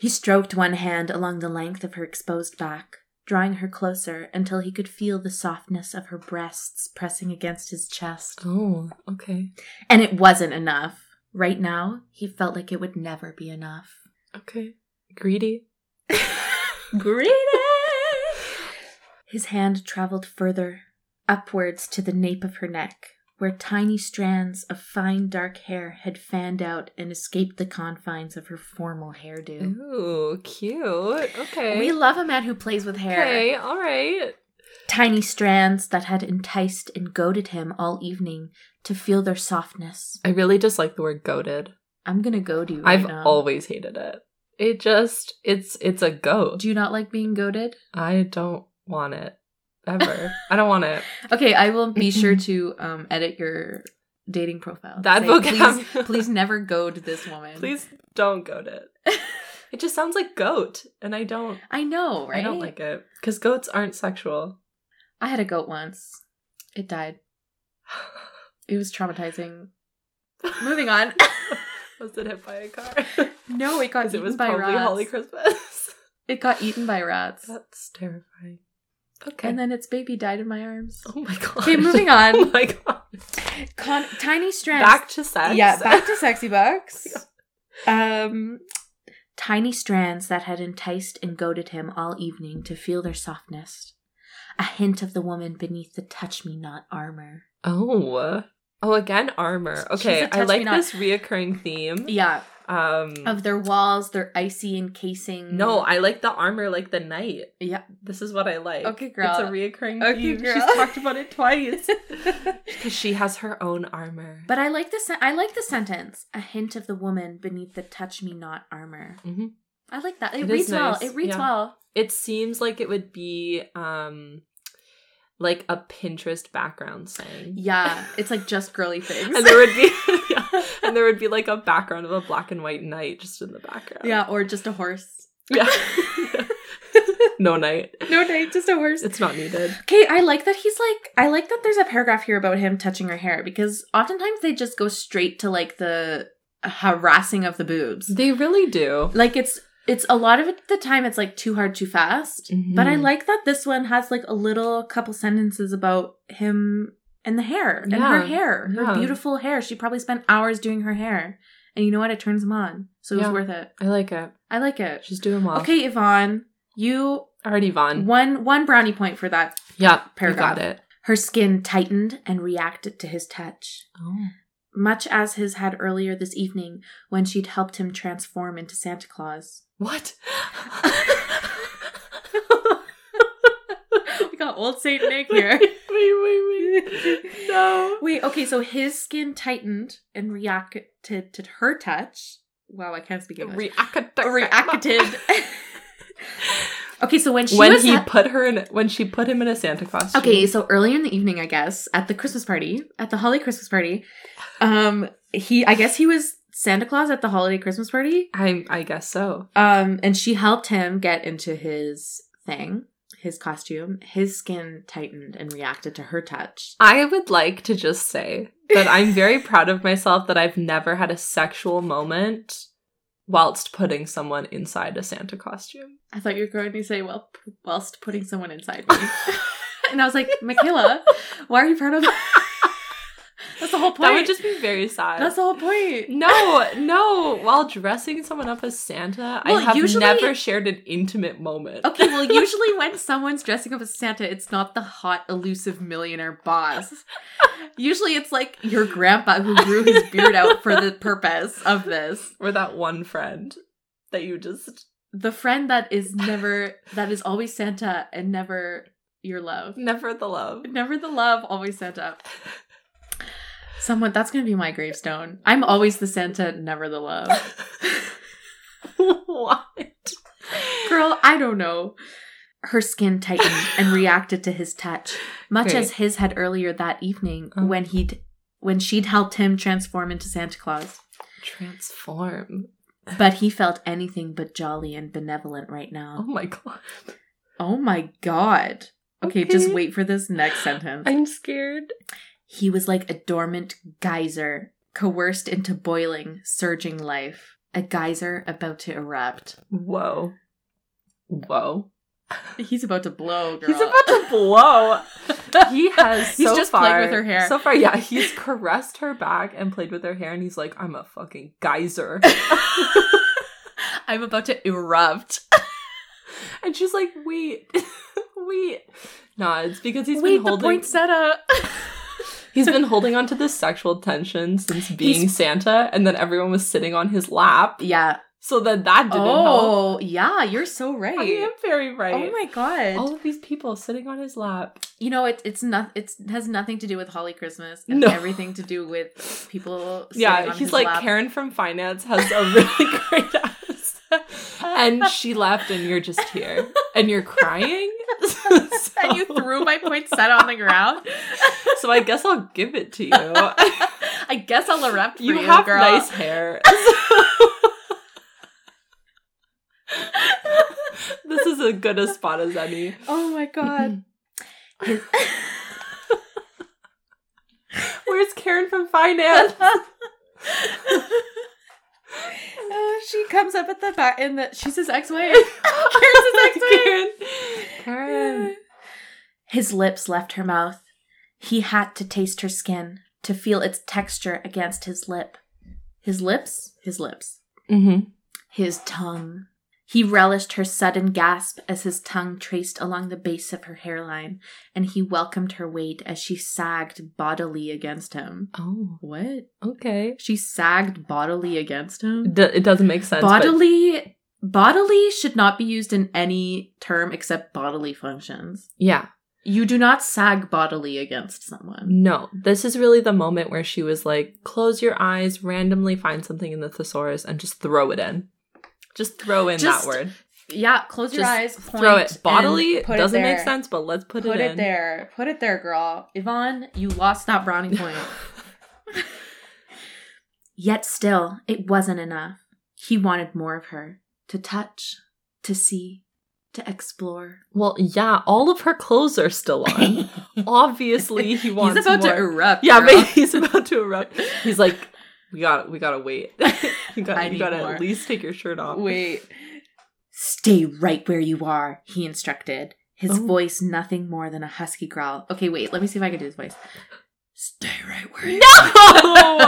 Speaker 1: He stroked one hand along the length of her exposed back, drawing her closer until he could feel the softness of her breasts pressing against his chest.
Speaker 2: oh, okay.
Speaker 1: And it wasn't enough. Right now, he felt like it would never be enough.
Speaker 2: Okay. Greedy.
Speaker 1: Greedy! His hand traveled further, upwards to the nape of her neck, where tiny strands of fine dark hair had fanned out and escaped the confines of her formal hairdo.
Speaker 2: Ooh, cute. Okay.
Speaker 1: We love a man who plays with hair.
Speaker 2: Okay, all right.
Speaker 1: Tiny strands that had enticed and goaded him all evening to feel their softness.
Speaker 2: I really dislike the word goaded.
Speaker 1: I'm gonna goad you. Right
Speaker 2: I've
Speaker 1: now.
Speaker 2: always hated it. It just it's it's a goat.
Speaker 1: Do you not like being goaded?
Speaker 2: I don't want it ever. I don't want it.
Speaker 3: Okay, I will be sure to um, edit your dating profile.
Speaker 2: That
Speaker 3: Say,
Speaker 2: vocab-
Speaker 3: Please, please never goad this woman.
Speaker 2: Please don't goat it. It just sounds like goat, and I don't.
Speaker 3: I know, right?
Speaker 2: I don't like it because goats aren't sexual.
Speaker 3: I had a goat once. It died. It was traumatizing. Moving on.
Speaker 2: Was it hit by a car?
Speaker 3: no, it got
Speaker 2: 'Cause
Speaker 3: eaten
Speaker 2: it was
Speaker 3: by
Speaker 2: probably
Speaker 3: rats.
Speaker 2: Holly Christmas.
Speaker 3: it got eaten by rats.
Speaker 2: That's terrifying. Okay.
Speaker 3: And then its baby died in my arms.
Speaker 2: oh my god.
Speaker 3: Okay, moving
Speaker 2: oh
Speaker 3: on.
Speaker 2: my god.
Speaker 3: Con- tiny strands.
Speaker 2: Back to sex.
Speaker 3: Yeah, back to sexy bucks. um,
Speaker 1: Tiny strands that had enticed and goaded him all evening to feel their softness. A hint of the woman beneath the touch me not armor.
Speaker 2: Oh. Oh, again, armor. Okay,
Speaker 3: a
Speaker 2: I like
Speaker 3: touch-me-not.
Speaker 2: this reoccurring theme.
Speaker 3: yeah,
Speaker 2: Um,
Speaker 3: of their walls, their icy encasing.
Speaker 2: no, I like the armor like the knight.
Speaker 3: Mm. Yeah.
Speaker 2: This is what I like.
Speaker 3: Okay, girl.
Speaker 2: It's a reoccurring
Speaker 3: Okay,
Speaker 2: theme.
Speaker 3: girl.
Speaker 2: She's talked about it twice. Because she has her own armor.
Speaker 1: But I like the sen- I like the sentence. A hint of the woman beneath the touch me not armor.
Speaker 2: Mhm.
Speaker 1: I like that. It,
Speaker 2: It is
Speaker 1: reads well.
Speaker 2: nice,
Speaker 1: It reads
Speaker 2: yeah.
Speaker 1: well.
Speaker 2: it seems like it would be um like a Pinterest background saying.
Speaker 3: yeah, it's like just girly things.
Speaker 2: And there would be yeah, and there would be like a background of a black and white knight just in the background.
Speaker 3: yeah, or just a horse.
Speaker 2: Yeah. no knight.
Speaker 3: No, no, just a horse.
Speaker 2: It's not needed.
Speaker 1: Okay, I like that he's like I like that there's a paragraph here about him touching her hair because oftentimes they just go straight to like the
Speaker 3: harassing of the boobs.
Speaker 2: They really do.
Speaker 1: like it's it's a lot of it, the time it's like too hard too fast.
Speaker 3: Mm-hmm.
Speaker 1: But I like that this one has like a little couple sentences about him and the hair and her
Speaker 2: Yeah,
Speaker 1: hair, her
Speaker 2: yeah.
Speaker 1: beautiful hair. She probably spent hours doing her hair, and you know what? It turns him on, so it
Speaker 2: Yeah.
Speaker 1: was worth it.
Speaker 2: I like it.
Speaker 1: I like it.
Speaker 2: She's doing well.
Speaker 1: Okay, Yvonne, you
Speaker 2: Already Vaughn.
Speaker 1: one one brownie point for that.
Speaker 2: Yeah. You
Speaker 1: Paragraph.
Speaker 2: got it.
Speaker 1: Her skin tightened and reacted to his touch.
Speaker 2: Oh.
Speaker 1: much as his had earlier this evening when she'd helped him transform into Santa Claus.
Speaker 2: What?
Speaker 3: we got old Saint Nick here.
Speaker 2: wait, wait, wait. No.
Speaker 1: Wait, okay, so
Speaker 3: His skin tightened and reacted to her touch. Wow, I can't speak English.
Speaker 2: Reacted.
Speaker 3: reacted.
Speaker 1: okay, so when she
Speaker 2: when
Speaker 1: was
Speaker 2: he
Speaker 1: ha-
Speaker 2: put her in when she put him in a Santa costume.
Speaker 3: okay, so earlier in the evening, I guess, at the Christmas party, at the holiday Christmas party, um, he, I guess he was Santa Claus at the holiday Christmas party,
Speaker 2: I I guess so.
Speaker 3: um, and she helped him get into his thing, his costume. His skin tightened and reacted to her touch.
Speaker 2: I would like to just say that I'm very proud of myself that I've never had a sexual moment whilst putting someone inside a Santa costume.
Speaker 3: I thought you were going to say, well, p- whilst putting someone inside me. and I was like, Michaela, why are you proud of That's
Speaker 1: the whole point.
Speaker 2: That would just be very sad.
Speaker 1: That's the whole point.
Speaker 2: no, no. While dressing someone up as Santa,
Speaker 1: Well,
Speaker 2: I have
Speaker 1: usually-
Speaker 2: never shared an intimate moment.
Speaker 1: Okay, well, usually when someone's dressing up as Santa, it's not the hot, elusive millionaire boss. Usually it's like your grandpa who grew his beard out for the purpose of this.
Speaker 2: Or that one friend that you just
Speaker 1: The friend that is never, that is always Santa and never your love.
Speaker 2: never the love.
Speaker 1: Never the love, always Santa. Someone, that's going to be my gravestone. I'm always the Santa, never the love.
Speaker 2: what?
Speaker 1: Girl, I don't know. Her skin tightened and reacted to his touch, much
Speaker 2: Great.
Speaker 1: as his had earlier that evening
Speaker 2: Oh.
Speaker 1: when he'd when she'd helped him transform into Santa Claus.
Speaker 2: Transform.
Speaker 1: But he felt anything but jolly and benevolent right
Speaker 2: Oh
Speaker 1: now.
Speaker 2: my god.
Speaker 1: Oh my god. Okay, just
Speaker 2: Okay.
Speaker 1: wait for this next sentence.
Speaker 2: I'm scared.
Speaker 1: he was like a dormant geyser, coerced into boiling, surging life. A geyser about to erupt.
Speaker 2: Whoa. Whoa.
Speaker 1: He's about to blow, girl.
Speaker 2: He's about to blow. he has
Speaker 1: He's
Speaker 2: so
Speaker 1: just played
Speaker 2: far
Speaker 1: with her hair.
Speaker 2: So far, yeah, he's caressed her back and played with her hair, and he's like, "I'm a fucking geyser,"
Speaker 1: I'm about to erupt.
Speaker 2: and she's like, "Wait, wait." Nah, it's because he's
Speaker 1: Wait,
Speaker 2: been holding.
Speaker 1: the poinsettia.
Speaker 2: He's been holding on to this sexual tension since being Santa, and then everyone was sitting on his lap.
Speaker 1: yeah.
Speaker 2: So then that didn't help.
Speaker 1: Oh, yeah. You're so right.
Speaker 2: I am very right.
Speaker 1: Oh my god.
Speaker 2: All of these people sitting on his lap.
Speaker 1: You know, it, it's not. It has nothing to do with Holly Christmas and
Speaker 2: No.
Speaker 1: everything to do with people. Sitting
Speaker 2: yeah,
Speaker 1: on
Speaker 2: he's
Speaker 1: his
Speaker 2: like
Speaker 1: lap.
Speaker 2: Karen from finance has a really great ass, and she left, and you're just here, and you're crying. so,
Speaker 1: and you threw my poinsettia on the ground.
Speaker 2: so I guess I'll give it to you.
Speaker 1: I guess I'll erupt. For you,
Speaker 2: You have
Speaker 1: girl.
Speaker 2: nice hair. this is as good a spot as any.
Speaker 1: Oh my god. His-
Speaker 2: Where's Karen from finance?
Speaker 1: Uh, she comes up at the back in the. She's his ex-wife. Karen's
Speaker 2: Oh
Speaker 1: his ex-wife.
Speaker 2: Karen. Karen.
Speaker 1: His lips left her mouth. He had to taste her skin, to feel its texture against his lip. His lips? His lips.
Speaker 2: Mm-hmm.
Speaker 1: His tongue. He relished her sudden gasp as his tongue traced along the base of her hairline, and he welcomed her weight as she sagged bodily against him.
Speaker 2: Oh,
Speaker 1: What?
Speaker 2: okay.
Speaker 1: She sagged bodily against him?
Speaker 2: D- it doesn't make sense. but-
Speaker 1: bodily. Bodily should not be used in any term except bodily functions.
Speaker 2: yeah.
Speaker 1: You do not sag bodily against someone.
Speaker 2: No, this is really the moment where she was like, close your eyes, randomly find something in the thesaurus, and just throw it in. Just throw in
Speaker 1: Just
Speaker 2: that word.
Speaker 1: Yeah, close your
Speaker 2: Just
Speaker 1: eyes. Point,
Speaker 2: throw it bodily.
Speaker 1: and
Speaker 2: It
Speaker 1: put
Speaker 2: doesn't
Speaker 1: there.
Speaker 2: make sense, but let's put,
Speaker 1: Put, it,
Speaker 2: it, in.
Speaker 1: there. Put it there, girl. Yvonne, you lost that brownie point. Yet still, it wasn't enough. He wanted more of her to touch, to see, to explore.
Speaker 2: well, yeah, all of her clothes are still on. Obviously, he wants more.
Speaker 1: erupt.
Speaker 2: yeah, but he's about to erupt. He's like, we got, we gotta wait. you
Speaker 1: I
Speaker 2: gotta, you
Speaker 1: need
Speaker 2: gotta
Speaker 1: more.
Speaker 2: at least take your shirt off.
Speaker 1: Wait. Stay right where you are, he instructed, his
Speaker 2: Oh.
Speaker 1: voice nothing more than a husky growl. Okay, wait, let me see if I can do this voice. Stay right where you
Speaker 2: No,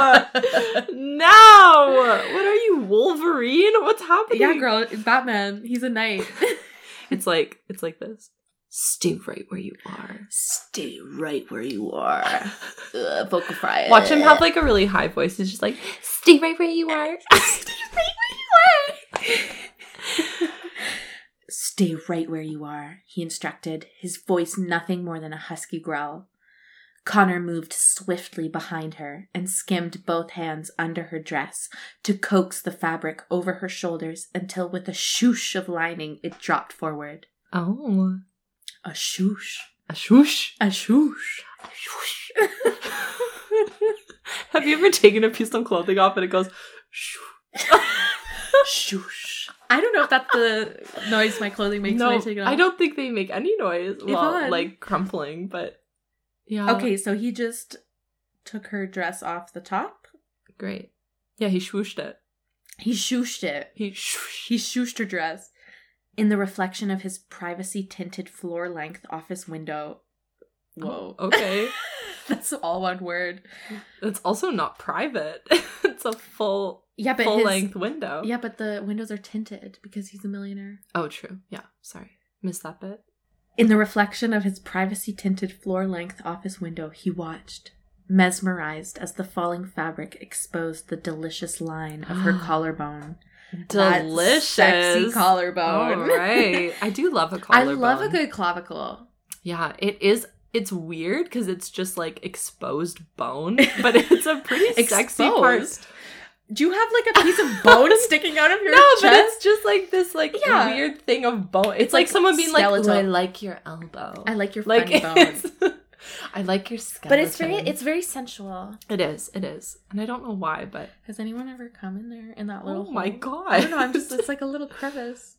Speaker 2: no. What are you, Wolverine? What's happening?
Speaker 1: Yeah, girl, Batman, he's a knight.
Speaker 2: It's like it's like this. Stay right where you are.
Speaker 1: Stay right where you are. Ugh, vocal fry. it.
Speaker 2: Watch him have like a really high voice. He's just like, stay right where you are.
Speaker 1: Stay right where you are. Stay right where you are, he instructed, his voice nothing more than a husky growl. Connor moved swiftly behind her and skimmed both hands under her dress to coax the fabric over her shoulders until, with a shoosh of lining, it dropped forward.
Speaker 2: Oh.
Speaker 1: A shoosh.
Speaker 2: A swoosh.
Speaker 1: A shoosh.
Speaker 2: A swoosh. Have you ever taken a piece of clothing off and it goes shoo?
Speaker 1: Shoosh. I don't know if that's the noise my clothing makes
Speaker 2: no,
Speaker 1: when I take it off.
Speaker 2: I don't think they make any noise while
Speaker 1: Yvonne.
Speaker 2: like crumpling, but yeah.
Speaker 1: Okay, so he just took her dress off the top.
Speaker 2: Great. Yeah, he swooshed it.
Speaker 1: He shooshed it.
Speaker 2: He swooshed.
Speaker 1: He shooshed her dress. In the reflection of his privacy tinted floor length office window. Whoa.
Speaker 2: Oh, Okay.
Speaker 4: That's all one word.
Speaker 2: It's also not private. it's a full
Speaker 4: Yeah, but
Speaker 2: full
Speaker 4: his,
Speaker 2: length window.
Speaker 4: Yeah, but the windows are tinted because he's a millionaire.
Speaker 2: Oh, true. Yeah. Sorry, missed that bit.
Speaker 4: In the reflection of his privacy tinted floor length office window, he watched, mesmerized as the falling fabric exposed the delicious line of her collarbone. That
Speaker 2: Delicious.
Speaker 4: Sexy collarbone.
Speaker 2: All right. I do love a
Speaker 4: I
Speaker 2: collarbone.
Speaker 4: love a good clavicle.
Speaker 2: Yeah, it is. It's weird because it's just like exposed bone, but it's a pretty sexy part.
Speaker 4: Exposed? Do you have like a piece of bone sticking out of your
Speaker 2: No,
Speaker 4: chest?
Speaker 2: but it's just like this like
Speaker 4: Yeah.
Speaker 2: weird thing of bone. It's, like,
Speaker 4: like
Speaker 2: someone being
Speaker 4: skeletal.
Speaker 2: like, "Oh, "I like your elbow."
Speaker 4: I like your
Speaker 2: like
Speaker 4: funny bone.
Speaker 2: it's- I like your skeleton.
Speaker 4: But it's very it's very sensual.
Speaker 2: it is it is, and I don't know why, but
Speaker 4: Has anyone ever come in there in that
Speaker 2: oh
Speaker 4: little
Speaker 2: my
Speaker 4: hole?
Speaker 2: god,
Speaker 4: I don't know, I'm just it's like a little crevice.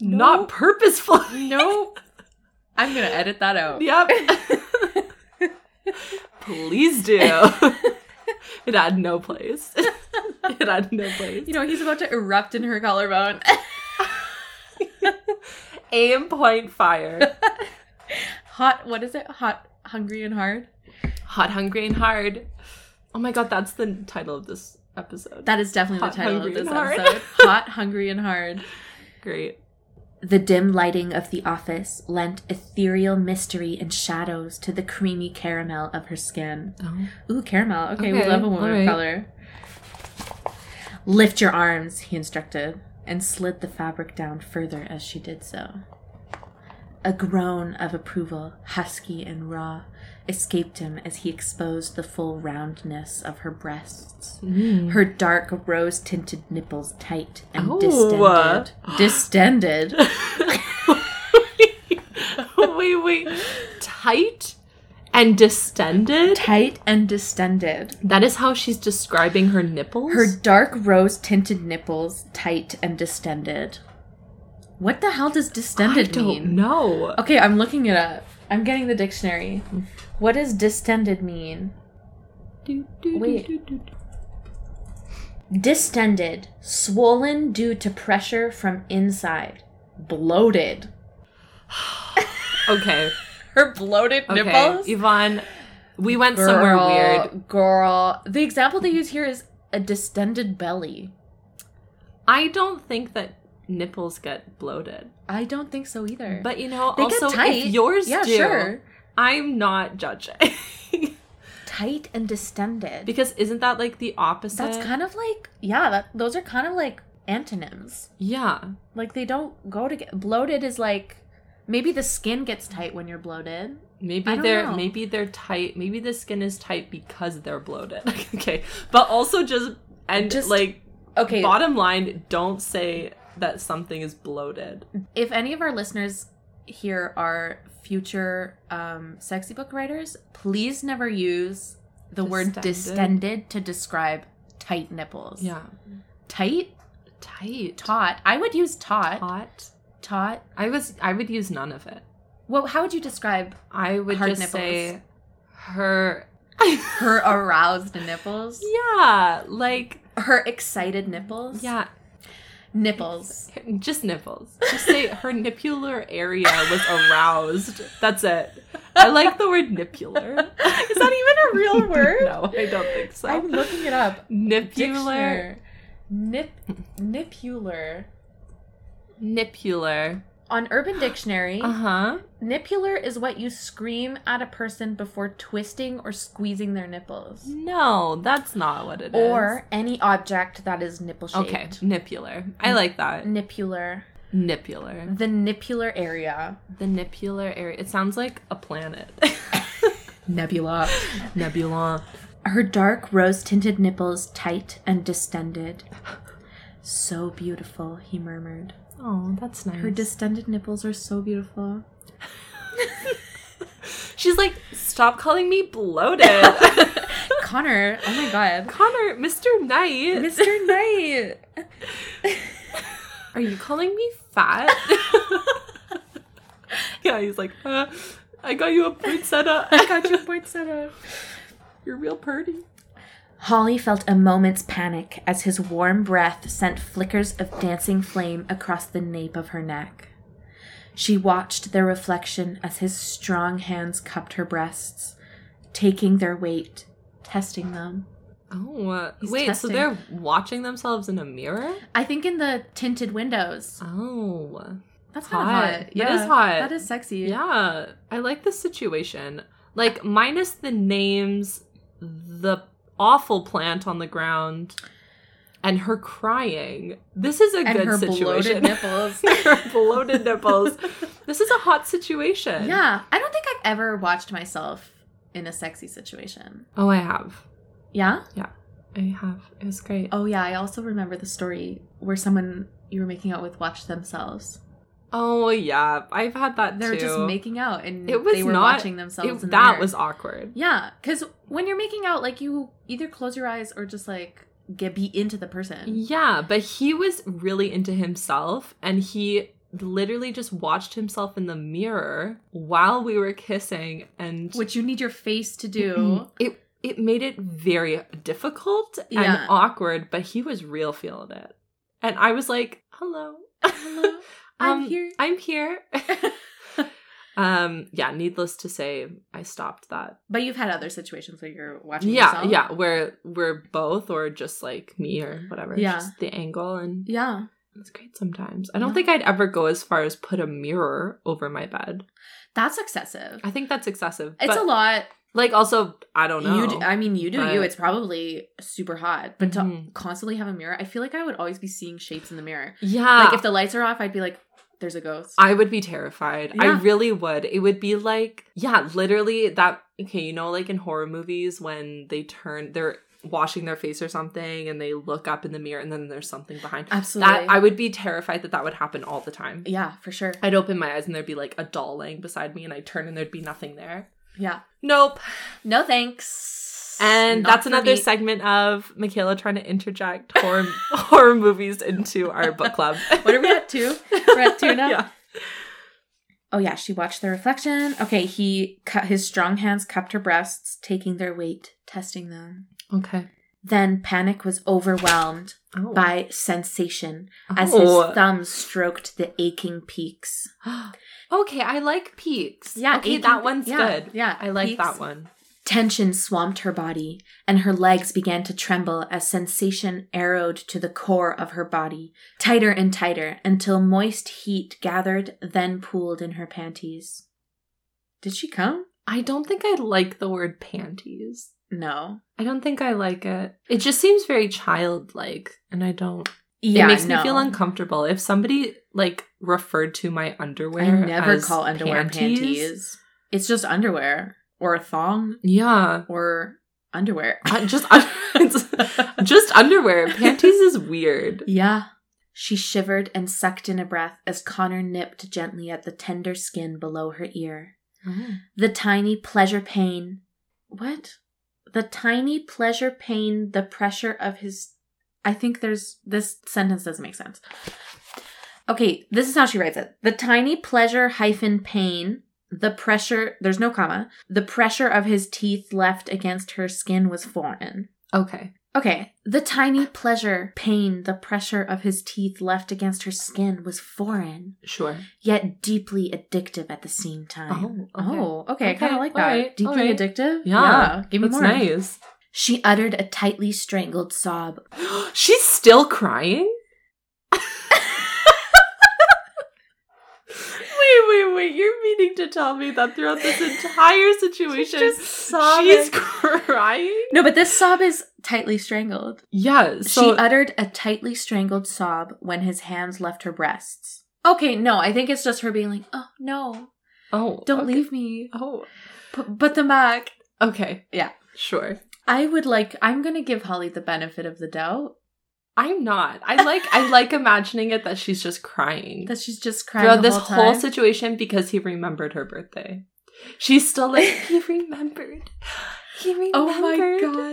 Speaker 2: not purposeful.
Speaker 4: No. I'm gonna edit that out.
Speaker 2: Yep. Please do. it had no place. it had no place.
Speaker 4: You know, he's about to erupt in her collarbone.
Speaker 2: Aim, point, fire.
Speaker 4: Hot what is it? Hot, hungry and hard?
Speaker 2: Hot, hungry, and hard. Oh my god, that's the title of this episode.
Speaker 4: That is definitely
Speaker 2: Hot,
Speaker 4: the title
Speaker 2: hungry,
Speaker 4: of this
Speaker 2: and hard.
Speaker 4: episode. Hot, hungry and hard.
Speaker 2: Great.
Speaker 1: The dim lighting of the office lent ethereal mystery and shadows to the creamy caramel of her skin.
Speaker 2: Oh.
Speaker 1: Ooh, caramel.
Speaker 4: Okay,
Speaker 1: Okay,
Speaker 4: we love a woman
Speaker 2: all
Speaker 4: of
Speaker 2: right.
Speaker 4: color.
Speaker 1: Lift your arms, he instructed, and slid the fabric down further as she did so. A groan of approval, husky and raw, escaped him as he exposed the full roundness of her breasts. Her dark rose tinted nipples tight and
Speaker 2: Oh.
Speaker 1: distended. distended.
Speaker 2: wait, wait. Tight and distended?
Speaker 1: Tight and distended.
Speaker 2: That is how she's describing her nipples?
Speaker 1: Her dark rose tinted nipples tight and distended. What the hell does
Speaker 2: I
Speaker 1: distended
Speaker 2: don't
Speaker 1: mean?
Speaker 2: know.
Speaker 1: Okay, I'm looking it up. I'm getting the dictionary. What does distended mean?
Speaker 2: Do, do, do,
Speaker 1: Oh, Wait.
Speaker 2: do, do, do.
Speaker 1: Distended, swollen due to pressure from inside, bloated.
Speaker 2: Okay.
Speaker 1: Her bloated
Speaker 2: Okay, Yvonne, we went
Speaker 1: Girl,
Speaker 2: somewhere weird.
Speaker 1: Girl, the example they use here is a distended belly.
Speaker 2: I don't think that nipples get bloated,
Speaker 1: I don't think so either.
Speaker 2: but you know,
Speaker 1: They get
Speaker 2: also
Speaker 1: tight.
Speaker 2: if yours
Speaker 1: yeah,
Speaker 2: do,
Speaker 1: sure.
Speaker 2: I'm not judging
Speaker 1: Tight and distended.
Speaker 2: because isn't that like the opposite?
Speaker 1: That's kind of like yeah, that, those are kind of like antonyms.
Speaker 2: yeah,
Speaker 1: Like they don't go together. Bloated is like maybe the skin gets tight when you're bloated. I
Speaker 2: maybe
Speaker 1: don't
Speaker 2: they're
Speaker 1: know.
Speaker 2: maybe they're tight. Maybe the skin is tight because they're bloated. okay, but also just and
Speaker 1: Just-
Speaker 2: like
Speaker 1: Okay,
Speaker 2: bottom line, don't say that something is bloated.
Speaker 1: if any of our listeners here are future um, sexy book writers, please never use the word
Speaker 2: Distended.
Speaker 1: distended to describe tight nipples.
Speaker 2: Yeah,
Speaker 1: Tight,
Speaker 2: tight,
Speaker 1: taut. I would use taut.
Speaker 2: taut.
Speaker 1: Taut.
Speaker 2: I was I would use none of it.
Speaker 1: Well, how would you describe
Speaker 2: I would
Speaker 1: Hard
Speaker 2: just
Speaker 1: nipples.
Speaker 2: say her.
Speaker 1: her aroused nipples?
Speaker 2: yeah, like
Speaker 1: Her excited nipples?
Speaker 2: yeah,
Speaker 1: Nipples.
Speaker 2: just nipples. Just say her nipular area was aroused. That's it. I like the word nipular.
Speaker 1: Is that even a real word?
Speaker 2: no, I don't think so.
Speaker 1: I'm looking it up.
Speaker 2: nipular,
Speaker 1: Dictionary. Nip nipular.
Speaker 2: nipular.
Speaker 1: On Urban Dictionary,
Speaker 2: Uh huh.
Speaker 1: nipular is what you scream at a person before twisting or squeezing their nipples.
Speaker 2: No, that's not what it is.
Speaker 1: Or any object that is nipple shaped.
Speaker 2: okay, nipular. I like that.
Speaker 1: Nipular.
Speaker 2: Nipular.
Speaker 1: The nipular area.
Speaker 2: The nipular area. It sounds like a planet.
Speaker 1: Nebula.
Speaker 2: Nebula.
Speaker 1: Her dark rose tinted nipples tight and distended. So beautiful, he murmured.
Speaker 2: Oh, that's nice.
Speaker 1: Her distended nipples are so beautiful.
Speaker 2: She's like, stop calling me bloated.
Speaker 1: Connor, oh my god.
Speaker 2: Connor, Mr. Knight,
Speaker 1: Mr. Knight.
Speaker 2: are you calling me fat? yeah, he's like, uh, I got you a poinsettia. I got you.
Speaker 1: poinsettia.
Speaker 2: You're real purty.
Speaker 1: Holly felt a moment's panic as his warm breath sent flickers of dancing flame across the nape of her neck. She watched their reflection as his strong hands cupped her breasts, taking their weight, testing them.
Speaker 2: Oh, uh,
Speaker 1: He's
Speaker 2: wait,
Speaker 1: testing.
Speaker 2: so they're watching themselves in a mirror?
Speaker 1: I think in the tinted windows.
Speaker 2: Oh.
Speaker 1: That's
Speaker 2: hot.
Speaker 1: kind of hot.
Speaker 2: That is hot.
Speaker 1: That is sexy.
Speaker 2: Yeah, I like this situation. Like, minus the names, the awful plant on the ground, and her crying. This is a
Speaker 1: And
Speaker 2: good
Speaker 1: her bloated
Speaker 2: situation.
Speaker 1: nipples.
Speaker 2: her bloated nipples. This is a hot situation.
Speaker 1: Yeah, I don't think I've ever watched myself in a sexy situation.
Speaker 2: Oh, I have.
Speaker 1: Yeah?
Speaker 2: I have. It was great. Oh,
Speaker 1: Oh, yeah, I also remember the story where someone you were making out with watched themselves.
Speaker 2: Oh, yeah, I've had that
Speaker 1: They're
Speaker 2: too.
Speaker 1: just making out and
Speaker 2: It was
Speaker 1: they were
Speaker 2: not-
Speaker 1: watching themselves in
Speaker 2: It-
Speaker 1: the
Speaker 2: that
Speaker 1: mirror.
Speaker 2: was awkward.
Speaker 1: Yeah, because when you're making out, like, you either close your eyes or just, like, get beat into the person.
Speaker 2: Yeah, but he was really into himself and he literally just watched himself in the mirror while we were kissing and
Speaker 1: Which you need your face to do.
Speaker 2: it it made it very difficult and
Speaker 1: Yeah.
Speaker 2: awkward, but he was real feeling it. And I was like, "Hello.
Speaker 1: Hello, I'm
Speaker 2: Um,
Speaker 1: here.
Speaker 2: I'm here." um yeah, needless to say, I stopped that.
Speaker 1: But you've had other situations where you're watching
Speaker 2: Yeah,
Speaker 1: yourself.
Speaker 2: yeah, where we're both or just like me or whatever,
Speaker 1: Yeah.
Speaker 2: just the angle and
Speaker 1: Yeah.
Speaker 2: It's great sometimes. I don't
Speaker 1: Yeah.
Speaker 2: think I'd ever go as far as put a mirror over my bed.
Speaker 1: That's excessive.
Speaker 2: I think that's excessive.
Speaker 1: It's a lot.
Speaker 2: Like also, I don't know.
Speaker 1: You, do, I mean, you do you.
Speaker 2: but-
Speaker 1: It's probably super hot, but to
Speaker 2: Mhm.
Speaker 1: constantly have a mirror, I feel like I would always be seeing shapes in the mirror.
Speaker 2: yeah.
Speaker 1: Like if the lights are off, I'd be like, "There's a ghost."
Speaker 2: Ah. I would be terrified. I
Speaker 1: Yeah.
Speaker 2: really would. It would be like, yeah, literally that. Okay, you know, like in horror movies when they turn, they're washing their face or something, and they look up in the mirror, and then there's something behind.
Speaker 1: Absolutely.
Speaker 2: That I would be terrified that that would happen all the time.
Speaker 1: yeah, for sure.
Speaker 2: I'd open my eyes and there'd be like a doll laying beside me, and I'd turn and there'd be nothing there.
Speaker 1: Yeah.
Speaker 2: Nope.
Speaker 1: No thanks.
Speaker 2: And
Speaker 1: Not
Speaker 2: that's
Speaker 1: for
Speaker 2: another
Speaker 1: me.
Speaker 2: segment of Michaela trying to interject horror, horror movies into our book club.
Speaker 1: What are we at two? We're at two now.
Speaker 2: Yeah.
Speaker 1: Oh yeah, she watched the reflection. Okay, he cut his strong hands cupped her breasts, taking their weight, testing them.
Speaker 2: Okay.
Speaker 1: Then panic was overwhelmed
Speaker 2: Oh.
Speaker 1: by sensation as
Speaker 2: Oh.
Speaker 1: his thumb stroked the aching peaks.
Speaker 2: okay, I like peaks.
Speaker 1: Yeah,
Speaker 2: Okay,
Speaker 1: aching
Speaker 2: that
Speaker 1: pe-
Speaker 2: one's
Speaker 1: yeah,
Speaker 2: good.
Speaker 1: yeah,
Speaker 2: I like
Speaker 1: peaks.
Speaker 2: that one.
Speaker 1: Tension swamped her body, and her legs began to tremble as sensation arrowed to the core of her body, tighter and tighter, until moist heat gathered, then pooled in her panties. Did she come?
Speaker 2: I don't think I like the word panties.
Speaker 1: No.
Speaker 2: I don't think I like it. It just seems very childlike, and I don't.
Speaker 1: Yeah,
Speaker 2: it makes
Speaker 1: no.
Speaker 2: me feel uncomfortable if somebody like referred to my underwear.
Speaker 1: I never
Speaker 2: as
Speaker 1: call underwear panties. It's just underwear or a thong
Speaker 2: Yeah,
Speaker 1: or underwear.
Speaker 2: Uh, just it's- just underwear. Panties is weird.
Speaker 1: Yeah. She shivered and sucked in a breath as Connor nipped gently at the tender skin below her ear. The tiny pleasure pain. What? The tiny pleasure pain, the pressure of his. I think there's. This sentence doesn't make sense. Okay, this is how she writes it. The tiny pleasure hyphen pain, the pressure. There's no comma. The pressure of his teeth left against her skin was foreign.
Speaker 2: Okay.
Speaker 1: Okay. The tiny pleasure, pain, the pressure of his teeth left against her skin was foreign,
Speaker 2: Sure.
Speaker 1: yet deeply addictive at the same time.
Speaker 2: Oh, okay.
Speaker 1: okay. I kind
Speaker 2: Okay,
Speaker 1: of like that.
Speaker 2: alright,
Speaker 1: deeply
Speaker 2: alright.
Speaker 1: addictive?
Speaker 2: Yeah,
Speaker 1: Give me
Speaker 2: That's
Speaker 1: more.
Speaker 2: nice.
Speaker 1: She uttered a tightly strangled sob.
Speaker 2: She's still crying. wait, wait, wait! You're meaning to tell me that throughout this entire situation,
Speaker 1: She's
Speaker 2: she's,
Speaker 1: just sobbing.
Speaker 2: crying?
Speaker 1: No, but this sob is tightly strangled.
Speaker 2: Yeah. So
Speaker 1: she uh, uttered a tightly strangled sob when his hands left her breasts. Okay, no, I think it's just her being like, oh, no,
Speaker 2: oh,
Speaker 1: don't
Speaker 2: okay.
Speaker 1: leave me.
Speaker 2: Oh,
Speaker 1: Put, put them back.
Speaker 2: okay.
Speaker 1: Yeah.
Speaker 2: Sure.
Speaker 1: I would like I'm going to give Holly the benefit of the doubt
Speaker 2: I'm not. I like. I like imagining it that she's just crying.
Speaker 1: that she's just crying
Speaker 2: throughout
Speaker 1: the
Speaker 2: this
Speaker 1: whole,
Speaker 2: whole
Speaker 1: time.
Speaker 2: situation because he remembered her birthday. She's still like, he remembered. He remembered.
Speaker 1: Oh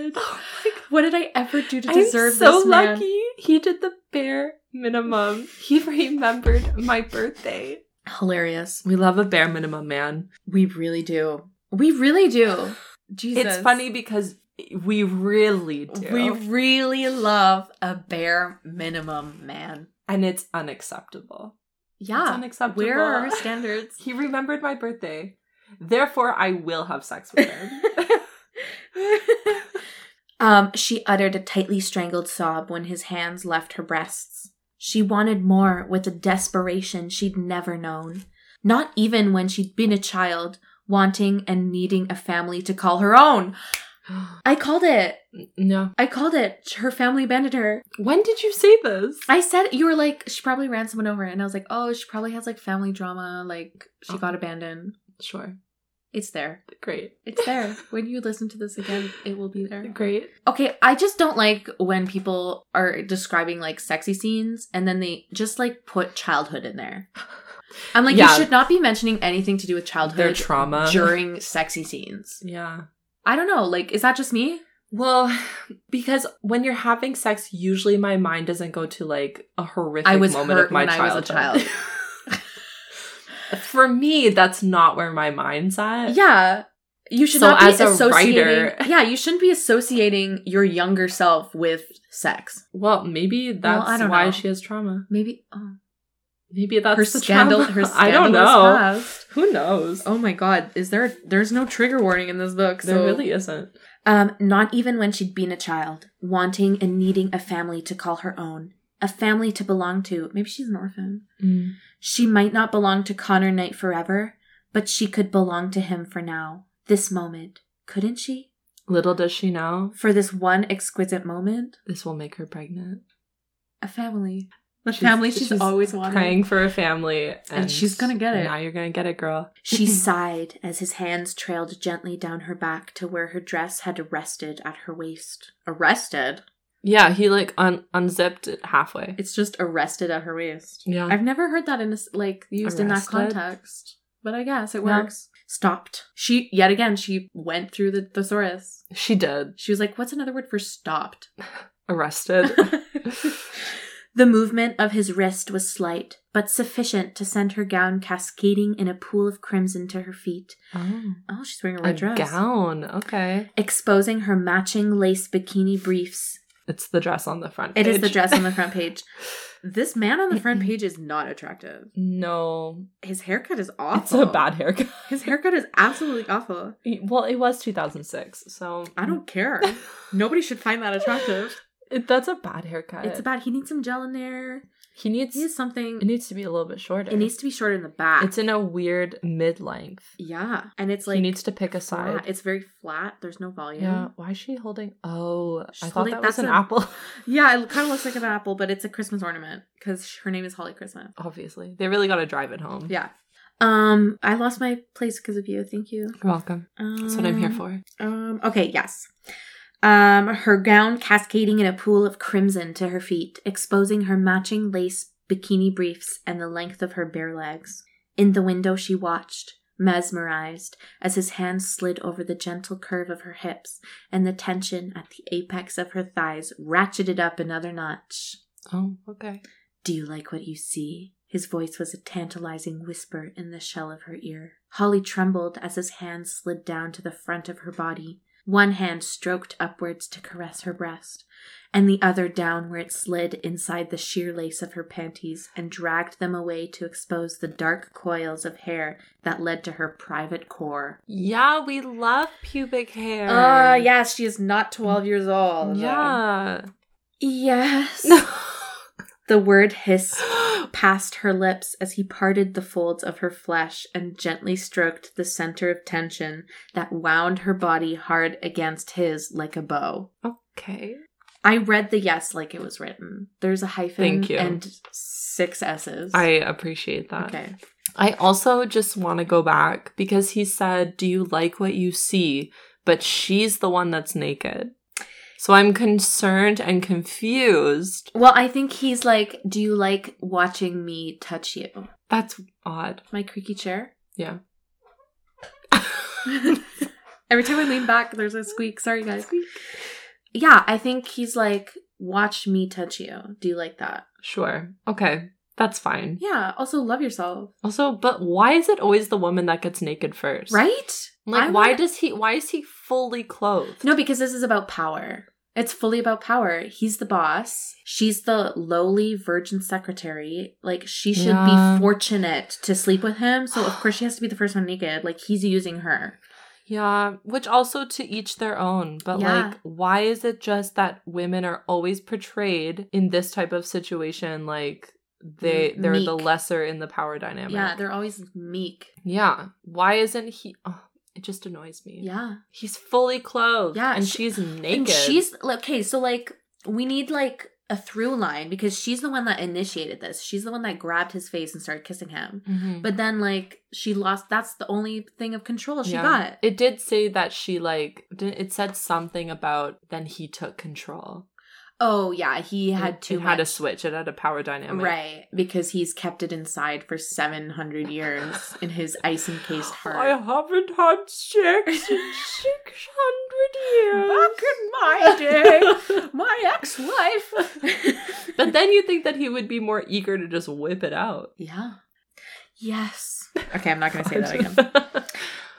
Speaker 1: my god.
Speaker 2: Oh my god.
Speaker 1: What did I ever do to
Speaker 2: I'm
Speaker 1: deserve
Speaker 2: so
Speaker 1: this man?
Speaker 2: lucky. He did the bare minimum. He remembered my birthday.
Speaker 1: Hilarious.
Speaker 2: We love a bare minimum, man.
Speaker 1: We really do. We really do. Jesus.
Speaker 2: It's funny because we really do.
Speaker 1: We really love a bare minimum man.
Speaker 2: and it's unacceptable. It's
Speaker 1: Yeah.
Speaker 2: unacceptable.
Speaker 1: Where are our standards?
Speaker 2: He remembered my birthday. Therefore, I will have sex with him.
Speaker 1: Um, she uttered a tightly strangled sob when his hands left her breasts. She wanted more with a desperation she'd never known. Not even when she'd been a child, wanting and needing a family to call her own. I called it.
Speaker 2: no.
Speaker 1: I called it. Her family abandoned her.
Speaker 2: When did you say this?
Speaker 1: I said, you were like, she probably ran someone over. And I was like, oh, she probably has like family drama. Like, she
Speaker 2: Oh.
Speaker 1: got abandoned.
Speaker 2: sure.
Speaker 1: It's there.
Speaker 2: Great.
Speaker 1: It's there. when you listen to this again, it will be there.
Speaker 2: Great.
Speaker 1: Okay, I just don't like when people are describing like sexy scenes and then they just like put childhood in there. I'm like,
Speaker 2: Yeah.
Speaker 1: you should not be mentioning anything to do with childhood
Speaker 2: Their trauma.
Speaker 1: during sexy scenes.
Speaker 2: Yeah.
Speaker 1: I don't know. Like, is that just me?
Speaker 2: Well, because when you're having sex, usually my mind doesn't go to like a horrific
Speaker 1: I was
Speaker 2: moment
Speaker 1: hurt
Speaker 2: of my
Speaker 1: when I was a
Speaker 2: childhood. For me, that's not where my mind's at.
Speaker 1: Yeah. You should
Speaker 2: Uh, So
Speaker 1: not be
Speaker 2: as a
Speaker 1: associating.
Speaker 2: writer-
Speaker 1: Yeah, you shouldn't be associating your younger self with sex.
Speaker 2: Well, maybe that's
Speaker 1: I don't
Speaker 2: why
Speaker 1: know.
Speaker 2: she has trauma.
Speaker 1: Maybe oh,
Speaker 2: Maybe that's
Speaker 1: her
Speaker 2: the
Speaker 1: scandal.
Speaker 2: trauma.
Speaker 1: Her scandalous
Speaker 2: I don't know.
Speaker 1: past.
Speaker 2: Who knows?
Speaker 1: Oh my god, is there there's no trigger warning in this book.
Speaker 2: there really isn't.
Speaker 1: Um, not even when she'd been a child, wanting and needing a family to call her own, a family to belong to. Maybe she's an orphan. She might not belong to Connor Knight forever, but she could belong to him for now, this moment, couldn't she?
Speaker 2: Little does she know,
Speaker 1: For this one exquisite moment,
Speaker 2: this will make her pregnant.
Speaker 1: a family, the
Speaker 2: She's-
Speaker 1: family she's,
Speaker 2: she's
Speaker 1: always wanted.
Speaker 2: Praying for a family, and,
Speaker 1: she's gonna get it.
Speaker 2: Now you're gonna get it, girl.
Speaker 1: She sighed as his hands trailed gently down her back to where her dress had arrested at her waist. Arrested?
Speaker 2: Yeah, he like un- unzipped it halfway.
Speaker 1: It's just arrested at her waist.
Speaker 2: yeah,
Speaker 1: I've never heard that in a s like used in that
Speaker 2: Arrested?
Speaker 1: context, but I guess it
Speaker 2: No.
Speaker 1: works. Stopped. She yet again. She went through the thesaurus.
Speaker 2: she did.
Speaker 1: She was like, "What's another word for stopped?"
Speaker 2: Arrested.
Speaker 1: the movement of his wrist was slight, but sufficient to send her gown cascading in a pool of crimson to her feet.
Speaker 2: oh,
Speaker 1: Oh, she's wearing a
Speaker 2: a
Speaker 1: red dress,
Speaker 2: gown. Okay,
Speaker 1: exposing her matching lace bikini briefs.
Speaker 2: it's the dress on the front.
Speaker 1: It is the
Speaker 2: page.
Speaker 1: dress on the front page. This man on the front page is not attractive.
Speaker 2: No,
Speaker 1: His haircut is awful.
Speaker 2: it's a bad haircut.
Speaker 1: His haircut is absolutely awful.
Speaker 2: Well, it was 2006, so
Speaker 1: I don't care. Nobody should find that attractive.
Speaker 2: It, that's a bad haircut.
Speaker 1: It's about he needs some gel in there.
Speaker 2: he needs.
Speaker 1: He needs something.
Speaker 2: it needs to be a little bit shorter.
Speaker 1: It needs to be shorter in the back.
Speaker 2: It's in a weird mid-length.
Speaker 1: yeah, and it's
Speaker 2: He
Speaker 1: like
Speaker 2: needs to pick a
Speaker 1: flat.
Speaker 2: side.
Speaker 1: It's very flat. There's no volume.
Speaker 2: Yeah. Why is she holding? Oh,
Speaker 1: She's
Speaker 2: I thought
Speaker 1: holding-
Speaker 2: that was
Speaker 1: that's
Speaker 2: an
Speaker 1: a-
Speaker 2: apple.
Speaker 1: Yeah, it kind of looks like an apple, but it's a Christmas ornament because her name is Holly Christmas.
Speaker 2: Obviously, they really got to drive it home.
Speaker 1: Yeah. Um, I lost my place because of you. Thank you.
Speaker 2: You're welcome.
Speaker 1: Um,
Speaker 2: That's what I'm here for.
Speaker 1: Um, okay, yes. Um, her gown cascading in a pool of crimson to her feet, exposing her matching lace bikini briefs and the length of her bare legs. In the window, she watched, mesmerized, as his hands slid over the gentle curve of her hips, and the tension at the apex of her thighs ratcheted up another notch.
Speaker 2: Oh, okay.
Speaker 1: Do you like what you see? His voice was a tantalizing whisper in the shell of her ear. Holly trembled as his hand slid down to the front of her body. One hand stroked upwards to caress her breast, and the other down where it slid inside the sheer lace of her panties and dragged them away to expose the dark coils of hair that led to her private core.
Speaker 2: Yeah, we love pubic hair.
Speaker 1: Ah, yes, she is not 12 years old.
Speaker 2: Yeah.
Speaker 1: Yes.
Speaker 2: No.
Speaker 1: The word hissed past her lips as he parted the folds of her flesh and gently stroked the center of tension that wound her body hard against his like a bow.
Speaker 2: okay.
Speaker 1: I read the yes like it was written. There's a hyphen
Speaker 2: Thank you.
Speaker 1: and six S's.
Speaker 2: I uh, appreciate that.
Speaker 1: Okay.
Speaker 2: I also just want to go back because he said, "Do you like what you see?" But she's the one that's naked. So I'm concerned and confused.
Speaker 1: Well, I think he's like, Do you like watching me touch you?
Speaker 2: That's odd.
Speaker 1: My creaky chair?
Speaker 2: Yeah.
Speaker 1: Every time I lean back, there's a squeak. Sorry, guys. Yeah, I think he's like, Watch me touch you. Do you like that?
Speaker 2: Sure. Okay. That's fine.
Speaker 1: Yeah. Also, love yourself.
Speaker 2: Also, but why is it always the woman that gets naked first?
Speaker 1: Right?
Speaker 2: Like,
Speaker 1: I
Speaker 2: why
Speaker 1: wanna-
Speaker 2: does he? Why is he fully clothed?
Speaker 1: No, because this is about power. It's fully about power. He's the boss. She's the lowly virgin secretary. Like she should
Speaker 2: Yeah.
Speaker 1: be fortunate to sleep with him. So of course she has to be the first one naked. Like he's using her.
Speaker 2: Yeah, which also to each their own. But
Speaker 5: Yeah.
Speaker 2: like, why is it just that women are always portrayed in this type of situation like they
Speaker 5: M-
Speaker 2: they're the
Speaker 5: meek.
Speaker 2: lesser in the power dynamic?
Speaker 5: Yeah, they're always meek.
Speaker 2: Yeah. Why isn't he? Oh, it just annoys me.
Speaker 5: Yeah.
Speaker 2: He's fully clothed.
Speaker 5: Yeah,
Speaker 2: and
Speaker 5: she-
Speaker 2: she's naked.
Speaker 1: And she's okay, so like we need like a through line because she's the one that initiated this. She's the one that grabbed his face and started kissing him.
Speaker 2: Mhm.
Speaker 1: But then like she lost that's the only thing of control she
Speaker 2: Yeah.
Speaker 1: got.
Speaker 2: It did say that she like di- it said something about then he took control.
Speaker 1: Oh yeah, he had
Speaker 2: It-
Speaker 1: too
Speaker 2: it had a
Speaker 1: much.
Speaker 2: switch. It had a power dynamic.
Speaker 1: right, because he's kept it inside for 700 years in his ice encased
Speaker 2: I
Speaker 1: heart.
Speaker 2: haven't had sex in six hundred years.
Speaker 1: Back in my day, my ex-wife.
Speaker 2: But then you think that he would be more eager to just whip it out.
Speaker 1: yeah. Yes. Okay, I'm not going to say that again.
Speaker 2: again.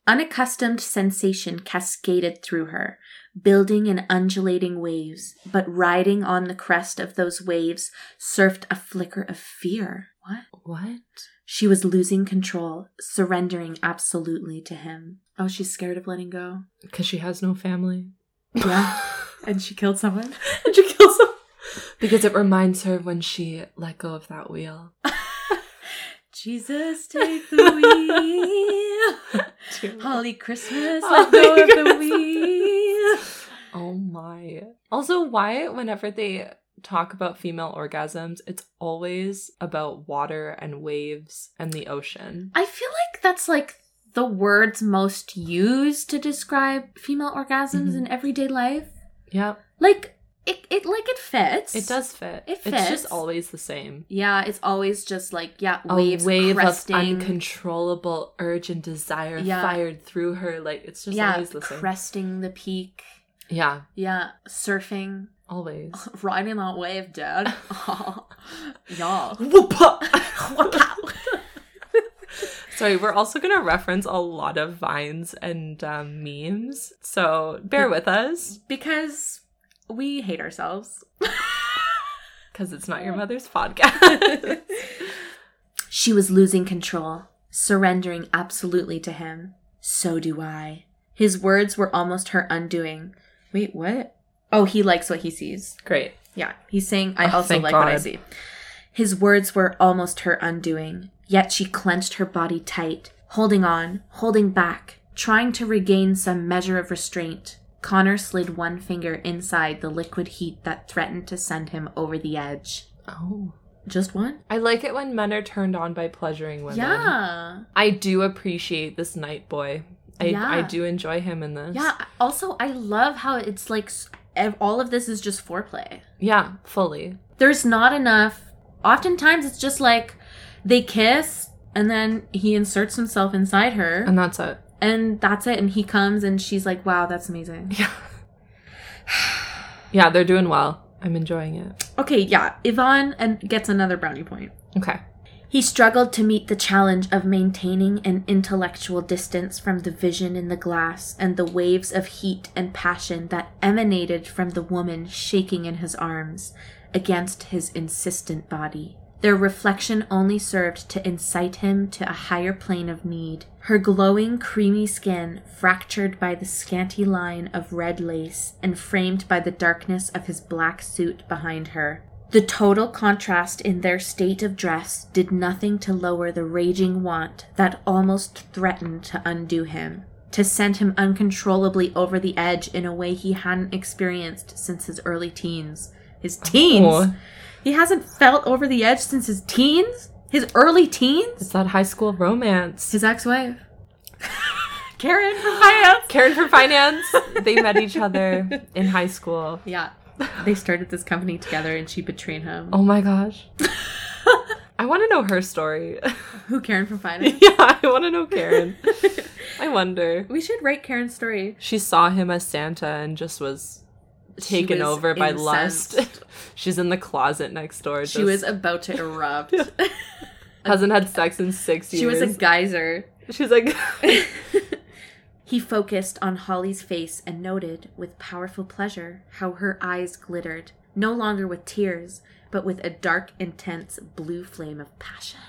Speaker 1: Unaccustomed sensation cascaded through her, building in undulating waves, but riding on the crest of those waves surfed a flicker of fear. What?
Speaker 2: what?
Speaker 1: She was losing control, surrendering absolutely to him. Oh, she's scared of letting go.
Speaker 2: Because she has no family.
Speaker 1: Yeah. And she killed someone?
Speaker 2: and she kills him. Because it reminds her when she let go of that wheel.
Speaker 1: Jesus, take the wheel. Holly Christmas, let go
Speaker 2: Holly
Speaker 1: of the
Speaker 2: Christmas.
Speaker 1: wheel.
Speaker 2: Oh my. Also, why, whenever they talk about female orgasms, it's always about water and waves and the ocean.
Speaker 1: I feel like that's like the words most used to describe female orgasms
Speaker 2: Mhm.
Speaker 1: in everyday life.
Speaker 2: Yep.
Speaker 1: Like it, it like it fits.
Speaker 2: It does fit.
Speaker 1: It
Speaker 2: It's
Speaker 1: fits.
Speaker 2: just always the same.
Speaker 1: Yeah, it's always just like yeah,
Speaker 2: A
Speaker 1: waves
Speaker 2: wave
Speaker 1: cresting.
Speaker 2: of uncontrollable urge and desire
Speaker 1: Yeah.
Speaker 2: fired through her. Like, it's just
Speaker 1: yeah,
Speaker 2: always the same.
Speaker 1: cresting the peak.
Speaker 2: yeah,
Speaker 1: Yeah, surfing,
Speaker 2: always.
Speaker 1: riding that wave, Dad. Y'all.
Speaker 2: Sorry, we're also going to reference a lot of vines and um, memes, so bear with us
Speaker 1: because we hate ourselves.
Speaker 2: because it's not your mother's podcast.
Speaker 1: She was losing control, surrendering absolutely to him. So do I. His words were almost her undoing. Wait, what? Oh, he likes what he sees.
Speaker 2: Great.
Speaker 1: Yeah, he's saying, I
Speaker 2: Oh,
Speaker 1: also
Speaker 2: thank
Speaker 1: like what I
Speaker 2: God.
Speaker 1: see. His words were almost her undoing, yet she clenched her body tight, holding on, holding back, trying to regain some measure of restraint. Connor slid one finger inside the liquid heat that threatened to send him over the edge.
Speaker 2: Oh.
Speaker 1: Just one?
Speaker 2: I like it when men are turned on by pleasuring women.
Speaker 1: Yeah.
Speaker 2: I do appreciate this night boy. I,
Speaker 1: Yeah.
Speaker 2: I do enjoy him in this.
Speaker 1: Yeah. Also, I love how it's like s- ev- all of this is just foreplay.
Speaker 2: Yeah, fully.
Speaker 1: There's not enough. Oftentimes, it's just like they kiss and then he inserts himself inside her
Speaker 2: And that's it.
Speaker 1: and that's it. And he comes and she's like, wow, that's amazing.
Speaker 2: Yeah. yeah, they're doing well. I'm enjoying it.
Speaker 1: Okay. Yeah. Yvonne and gets another brownie point.
Speaker 2: Okay.
Speaker 1: He struggled to meet the challenge of maintaining an intellectual distance from the vision in the glass and the waves of heat and passion that emanated from the woman shaking in his arms against his insistent body. Their reflection only served to incite him to a higher plane of need. Her glowing, creamy skin, fractured by the scanty line of red lace and framed by the darkness of his black suit behind her, the total contrast in their state of dress did nothing to lower the raging want that almost threatened to undo him, to send him uncontrollably over the edge in a way he hadn't experienced since his early teens. His teens?
Speaker 2: Oh,
Speaker 1: He hasn't felt over the edge since his teens? His early teens?
Speaker 2: it's that high school romance.
Speaker 1: His ex wife. Karen from Finance.
Speaker 2: Karen for finance. they met each other in high school.
Speaker 1: Yeah. They started this company together and she betrayed him.
Speaker 2: Oh my gosh. I want to know her story.
Speaker 1: Who, Karen from Finance?
Speaker 2: yeah, I want to know Karen. I wonder.
Speaker 1: we should write Karen's story.
Speaker 2: She saw him as Santa and just was
Speaker 1: She
Speaker 2: taken
Speaker 1: was
Speaker 2: over by
Speaker 1: incensed.
Speaker 2: lust. She's in the closet next door. Just
Speaker 1: She was about to erupt.
Speaker 2: hasn't had sex in six years.
Speaker 1: she was a geyser.
Speaker 2: She's like,
Speaker 1: He focused on Holly's face and noted, with powerful pleasure, how her eyes glittered, no longer with tears, but with a dark, intense blue flame of passion.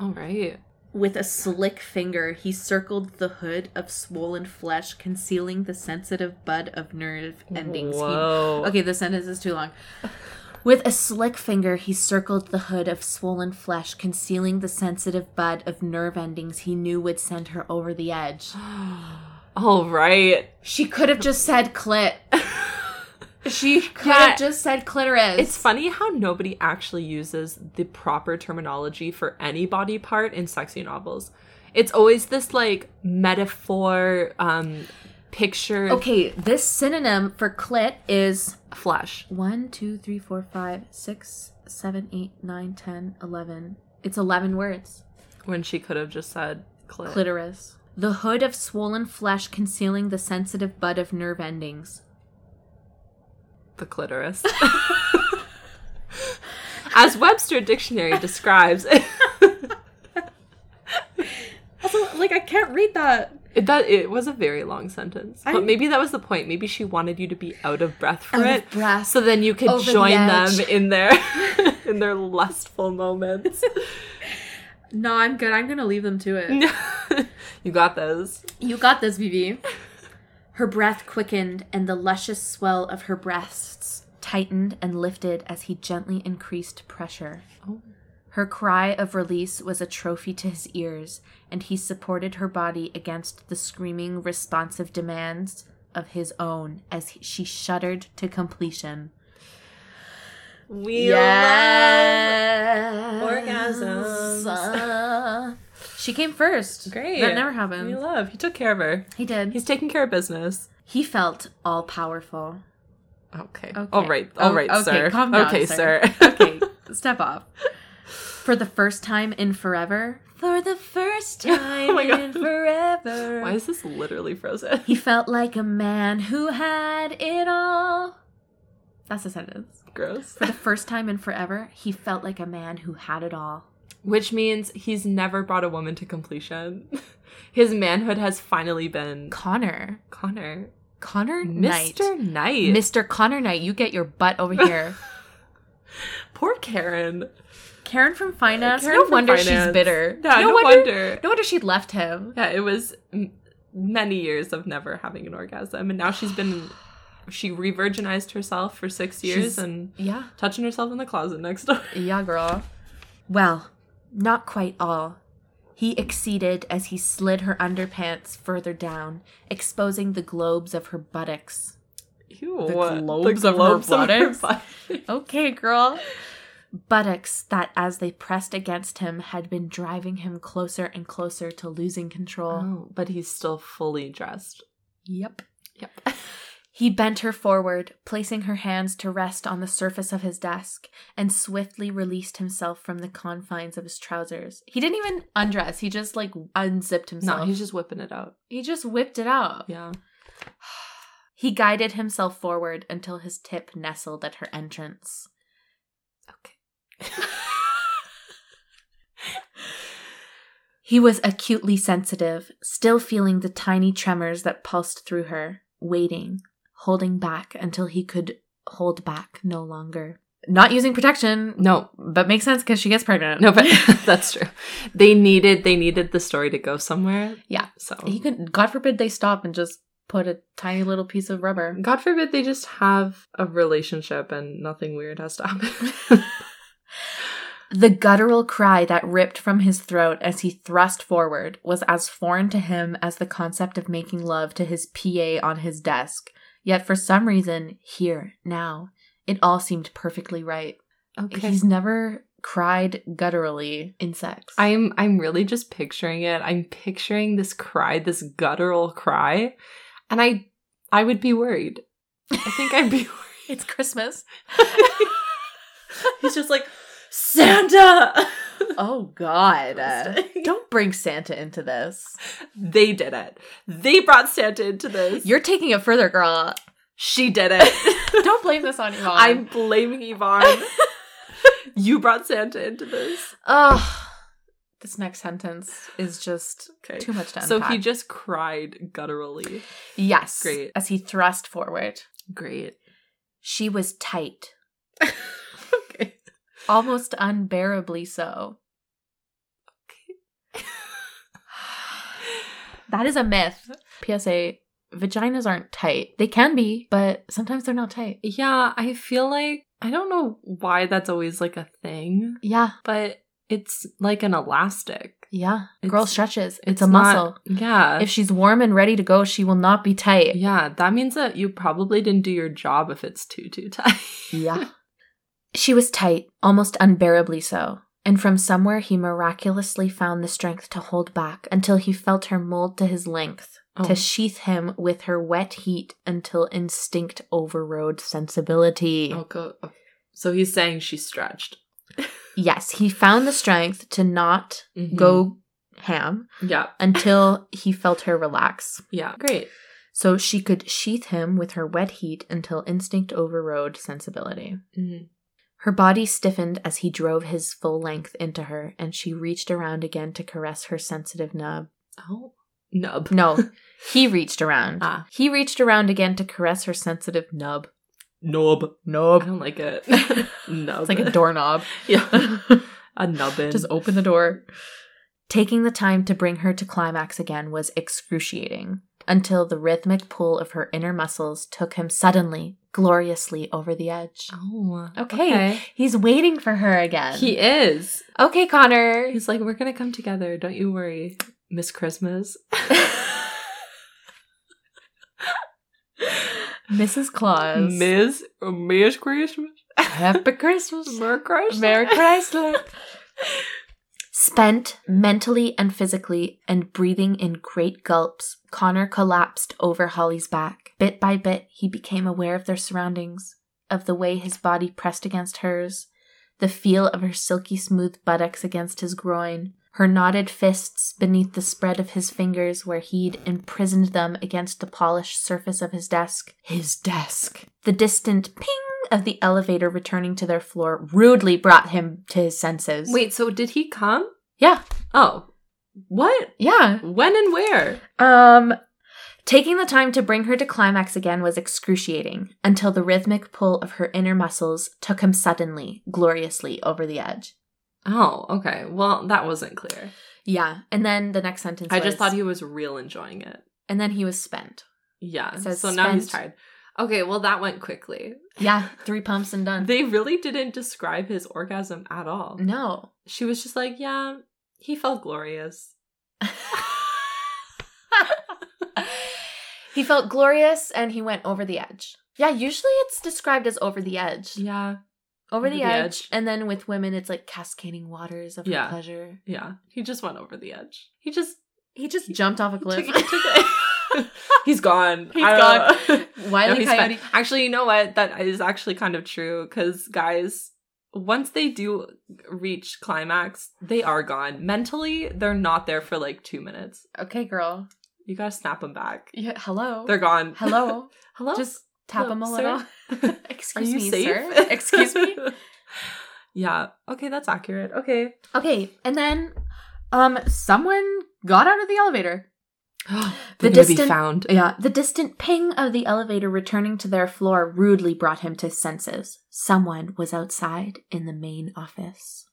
Speaker 2: all right.
Speaker 1: With a slick finger, he circled the hood of swollen flesh, concealing the sensitive bud of nerve endings. He-
Speaker 2: Whoa.
Speaker 1: okay, the sentence is too long. With a slick finger, he circled the hood of swollen flesh, concealing the sensitive bud of nerve endings he knew would send her over the edge.
Speaker 2: All right.
Speaker 1: She could have just said clit. She could
Speaker 2: Yeah.
Speaker 1: have just said clitoris.
Speaker 2: It's funny how nobody actually uses the proper terminology for any body part in sexy novels. It's always this like metaphor, um, picture,
Speaker 1: Okay, this synonym for clit is
Speaker 2: flesh.
Speaker 1: 1, 2, 3, 4, 5, 6, 7, 8, 9, 10, 11. It's 11 words.
Speaker 2: When she could have just said clit.
Speaker 1: Clitoris. The hood of swollen flesh concealing the sensitive bud of nerve endings.
Speaker 2: the clitoris. As Webster Dictionary describes,
Speaker 1: Also, like, I can't read that.
Speaker 2: it, that it was a very long sentence,
Speaker 1: I-
Speaker 2: but maybe that was the point. Maybe she wanted you to be out of breath for
Speaker 1: Out
Speaker 2: it,
Speaker 1: of breath.
Speaker 2: so then you could
Speaker 1: Over the
Speaker 2: join
Speaker 1: edge.
Speaker 2: them in their in their lustful moments.
Speaker 1: No, I'm good. I'm going to leave them to it.
Speaker 2: you got those.
Speaker 1: You got this, BB. Her breath quickened, and the luscious swell of her breasts tightened and lifted as he gently increased pressure.
Speaker 2: Oh.
Speaker 1: Her cry of release was a trophy to his ears, and he supported her body against the screaming, responsive demands of his own as he- she shuddered to completion.
Speaker 2: We love orgasms.
Speaker 1: orgasms. she came first.
Speaker 2: Great.
Speaker 1: That never
Speaker 2: We
Speaker 1: happened.
Speaker 2: love. He took care of her.
Speaker 1: He did.
Speaker 2: He's taking care of business.
Speaker 1: He felt all powerful.
Speaker 2: Okay.
Speaker 1: Okay.
Speaker 2: All right. All
Speaker 1: Oh,
Speaker 2: right,
Speaker 1: okay,
Speaker 2: sir.
Speaker 1: calm down,
Speaker 2: okay,
Speaker 1: sir.
Speaker 2: sir.
Speaker 1: Okay, step off. For the first time in forever. For the first time
Speaker 2: Oh my God.
Speaker 1: in forever.
Speaker 2: Why is this literally frozen?
Speaker 1: he felt like a man who had it all. That's a sentence.
Speaker 2: Gross.
Speaker 1: For the first time in forever, he felt like a man who had it all.
Speaker 2: Which means he's never brought a woman to completion. His manhood has finally been
Speaker 6: Connor.
Speaker 2: Connor.
Speaker 6: Connor Knight.
Speaker 2: Mr. Knight.
Speaker 6: Mr. Connor Knight, you get your butt over here.
Speaker 2: Poor Karen.
Speaker 6: Karen from finance.
Speaker 2: Karen
Speaker 6: no
Speaker 2: from
Speaker 6: wonder she's
Speaker 2: finance.
Speaker 6: bitter.
Speaker 2: Yeah, no, wonder.
Speaker 6: No wonder she left him.
Speaker 2: Yeah, it was m- many years of never having an orgasm, and now she's been she re-virginized herself for six years
Speaker 6: She's-
Speaker 2: and
Speaker 6: Yeah.
Speaker 2: touching herself in the closet next door.
Speaker 6: Yeah, girl.
Speaker 1: Well, not quite all. He exceeded as he slid her underpants further down, exposing the globes of her buttocks.
Speaker 2: Ew.
Speaker 6: globes of her buttocks?
Speaker 2: butt.
Speaker 6: Okay, girl.
Speaker 1: buttocks that, as they pressed against him, had been driving him closer and closer to losing control.
Speaker 2: Oh, but he's still fully dressed.
Speaker 6: Yep.
Speaker 2: Yep.
Speaker 1: He bent her forward, placing her hands to rest on the surface of his desk, and swiftly released himself from the confines of his trousers.
Speaker 6: He didn't even undress. He just like unzipped himself.
Speaker 2: No, he's just whipping it out.
Speaker 1: He just whipped it out.
Speaker 2: Yeah.
Speaker 1: He guided himself forward until his tip nestled at her entrance. He was acutely sensitive, still feeling the tiny tremors that pulsed through her, waiting, holding back until he could hold back no longer.
Speaker 6: Not using protection.
Speaker 2: No,
Speaker 6: But makes sense because she gets pregnant.
Speaker 2: no, but that's true. They needed they needed the story to go somewhere.
Speaker 6: Yeah.
Speaker 2: So
Speaker 6: He could God forbid they stop and just put a tiny little piece of rubber.
Speaker 2: God forbid they just have a relationship and nothing weird has to happen.
Speaker 1: The guttural cry that ripped from his throat as he thrust forward was as foreign to him as the concept of making love to his PA on his desk. Yet for some reason, here, now, it all seemed perfectly right. He's never cried gutturally in sex.
Speaker 2: I'm I'm really just picturing it. I'm picturing this cry, this guttural cry, and I I would be worried. I think I'd be
Speaker 1: it's Christmas.
Speaker 2: worried. He's just like Santa.
Speaker 6: Oh God.
Speaker 2: Disgusting.
Speaker 6: don't bring Santa into this.
Speaker 2: they did it. They brought Santa into this.
Speaker 6: You're taking it further, girl.
Speaker 2: she did it.
Speaker 6: Don't blame this on Yvonne.
Speaker 2: I'm blaming Yvonne. you brought Santa into this.
Speaker 6: Ugh. This next sentence is just
Speaker 2: Okay.
Speaker 6: too much to unpack.
Speaker 2: So he just cried gutturally.
Speaker 6: yes,
Speaker 2: Great.
Speaker 1: As he thrust forward,
Speaker 2: Great.
Speaker 1: she was tight,
Speaker 2: okay.
Speaker 1: almost unbearably so. That is a myth. PSA vaginas aren't tight. They can be, but sometimes they're not tight.
Speaker 2: Yeah, I feel like I don't know why that's always like a thing,
Speaker 1: Yeah.
Speaker 2: but it's like an elastic.
Speaker 1: Yeah.
Speaker 2: It's-
Speaker 1: Girl stretches. It's, a
Speaker 2: not-
Speaker 1: muscle.
Speaker 2: yeah.
Speaker 1: If she's warm and ready to go, she will not be tight.
Speaker 2: yeah, that means that you probably didn't do your job if it's too too tight.
Speaker 1: Yeah. she was tight, almost unbearably so. And from somewhere, he miraculously found the strength to hold back until he felt her mold to his length,
Speaker 2: Oh.
Speaker 1: to sheath him with her wet heat until instinct overrode sensibility.
Speaker 2: Oh, go. okay. So he's saying she stretched.
Speaker 1: Yes, he found the strength to not
Speaker 2: Hmm.
Speaker 1: go ham
Speaker 2: Mm-hmm. Yeah.
Speaker 1: until he felt her relax.
Speaker 2: Yeah. Great.
Speaker 1: So she could sheath him with her wet heat until instinct overrode sensibility.
Speaker 2: Mm-hmm.
Speaker 1: Her body stiffened as he drove his full length into her, and she reached around again to caress her sensitive nub.
Speaker 2: Oh, nub.
Speaker 1: No, he reached around.
Speaker 2: Ah.
Speaker 1: He reached around again to caress her sensitive nub.
Speaker 2: Nub. I
Speaker 1: Nub.
Speaker 2: don't like it. nub.
Speaker 1: It's like a doorknob.
Speaker 2: Yeah. a nubbin.
Speaker 1: Just open the door. Taking the time to bring her to climax again was excruciating until the rhythmic pull of her inner muscles took him suddenly, gloriously over the edge.
Speaker 2: Oh.
Speaker 1: Okay. He's waiting for her again.
Speaker 2: He is.
Speaker 1: okay, Connor.
Speaker 2: He's like, we're gonna come together. Don't you worry, Miss Christmas.
Speaker 1: Mrs. Claus.
Speaker 2: Miss Miss Christmas.
Speaker 1: Happy Christmas.
Speaker 2: Merry Christmas.
Speaker 1: Merry Chrysler. Spent mentally and physically and breathing in great gulps, Connor collapsed over Holly's back. Bit by bit, he became aware of their surroundings, of the way his body pressed against hers, the feel of her silky smooth buttocks against his groin, her knotted fists beneath the spread of his fingers where he'd imprisoned them against the polished surface of his desk. His desk. The distant ping of the elevator returning to their floor rudely brought him to his senses.
Speaker 2: Wait. So did he come?
Speaker 1: Yeah.
Speaker 2: Oh. What?
Speaker 1: Yeah.
Speaker 2: When and where?
Speaker 1: Um taking the time to bring her to climax again was excruciating until the rhythmic pull of her inner muscles took him suddenly, gloriously over the edge.
Speaker 2: Oh. Okay. Well, that wasn't clear.
Speaker 1: Yeah. And then the next sentence
Speaker 2: I just
Speaker 1: was-
Speaker 2: thought he was real enjoying it.
Speaker 1: and then he was spent.
Speaker 2: Yeah.
Speaker 1: It says
Speaker 2: so now he's
Speaker 1: spent.
Speaker 2: tired. Okay, well that went quickly.
Speaker 1: Yeah, three pumps and done.
Speaker 2: They really didn't describe his orgasm at all.
Speaker 1: no.
Speaker 2: She was just like, "Yeah, he felt glorious."
Speaker 1: he felt glorious and he went over the edge. Yeah, usually it's described as over the edge.
Speaker 2: Yeah.
Speaker 1: Over the,
Speaker 2: the
Speaker 1: edge.
Speaker 2: edge.
Speaker 1: And then with women, it's like cascading waters of her
Speaker 2: Yeah.
Speaker 1: pleasure.
Speaker 2: Yeah. He just went over the edge. He just
Speaker 1: He just jumped off a
Speaker 2: took,
Speaker 1: cliff.
Speaker 2: he took it. He's gone.
Speaker 1: He's
Speaker 2: I don't know. No,
Speaker 1: Wiley
Speaker 2: he's
Speaker 1: Coyote.
Speaker 2: fine. Actually, you know what? That is actually kind of true cuz guys once they do reach climax, they are gone. Mentally, they're not there for like 2 minutes.
Speaker 1: Okay, girl.
Speaker 2: You got to snap them back.
Speaker 1: Yeah, hello.
Speaker 2: They're gone.
Speaker 1: hello.
Speaker 2: Hello.
Speaker 1: Just tap
Speaker 2: Hello,
Speaker 1: him a
Speaker 2: sir?
Speaker 1: little.
Speaker 2: Are
Speaker 1: Excuse
Speaker 2: you
Speaker 1: me,
Speaker 2: safe?
Speaker 1: sir. Excuse me.
Speaker 2: yeah. Okay, that's accurate. Okay.
Speaker 1: Okay, and then um someone got out of the elevator.
Speaker 2: the
Speaker 1: gonna be
Speaker 2: distant- found.
Speaker 1: Yeah, the distant ping of the elevator returning to their floor rudely brought him to his senses. Someone was outside in the main office.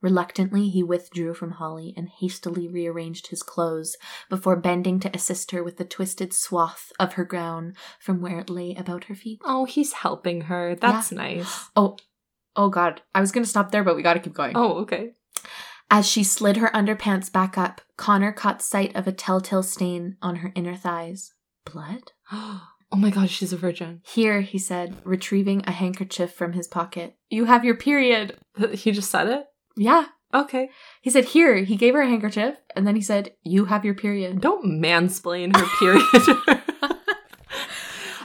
Speaker 1: Reluctantly, he withdrew from Holly and hastily rearranged his clothes before bending to assist her with the twisted swath of her gown from where it lay about her feet.
Speaker 2: Oh, he's helping her. That's nice.
Speaker 1: Oh, oh God! I was gonna stop there, but we gotta keep going.
Speaker 2: Oh, okay.
Speaker 1: As she slid her underpants back up, Connor caught sight of a telltale stain on her inner thighs. Blood.
Speaker 2: Oh my god, she's a virgin.
Speaker 1: Here, he said, retrieving a handkerchief from his pocket. You have your period.
Speaker 2: He just said it.
Speaker 1: Yeah.
Speaker 2: Okay.
Speaker 1: He said, Here. He gave her a handkerchief, and then he said, You have your period.
Speaker 2: Don't mansplain her period.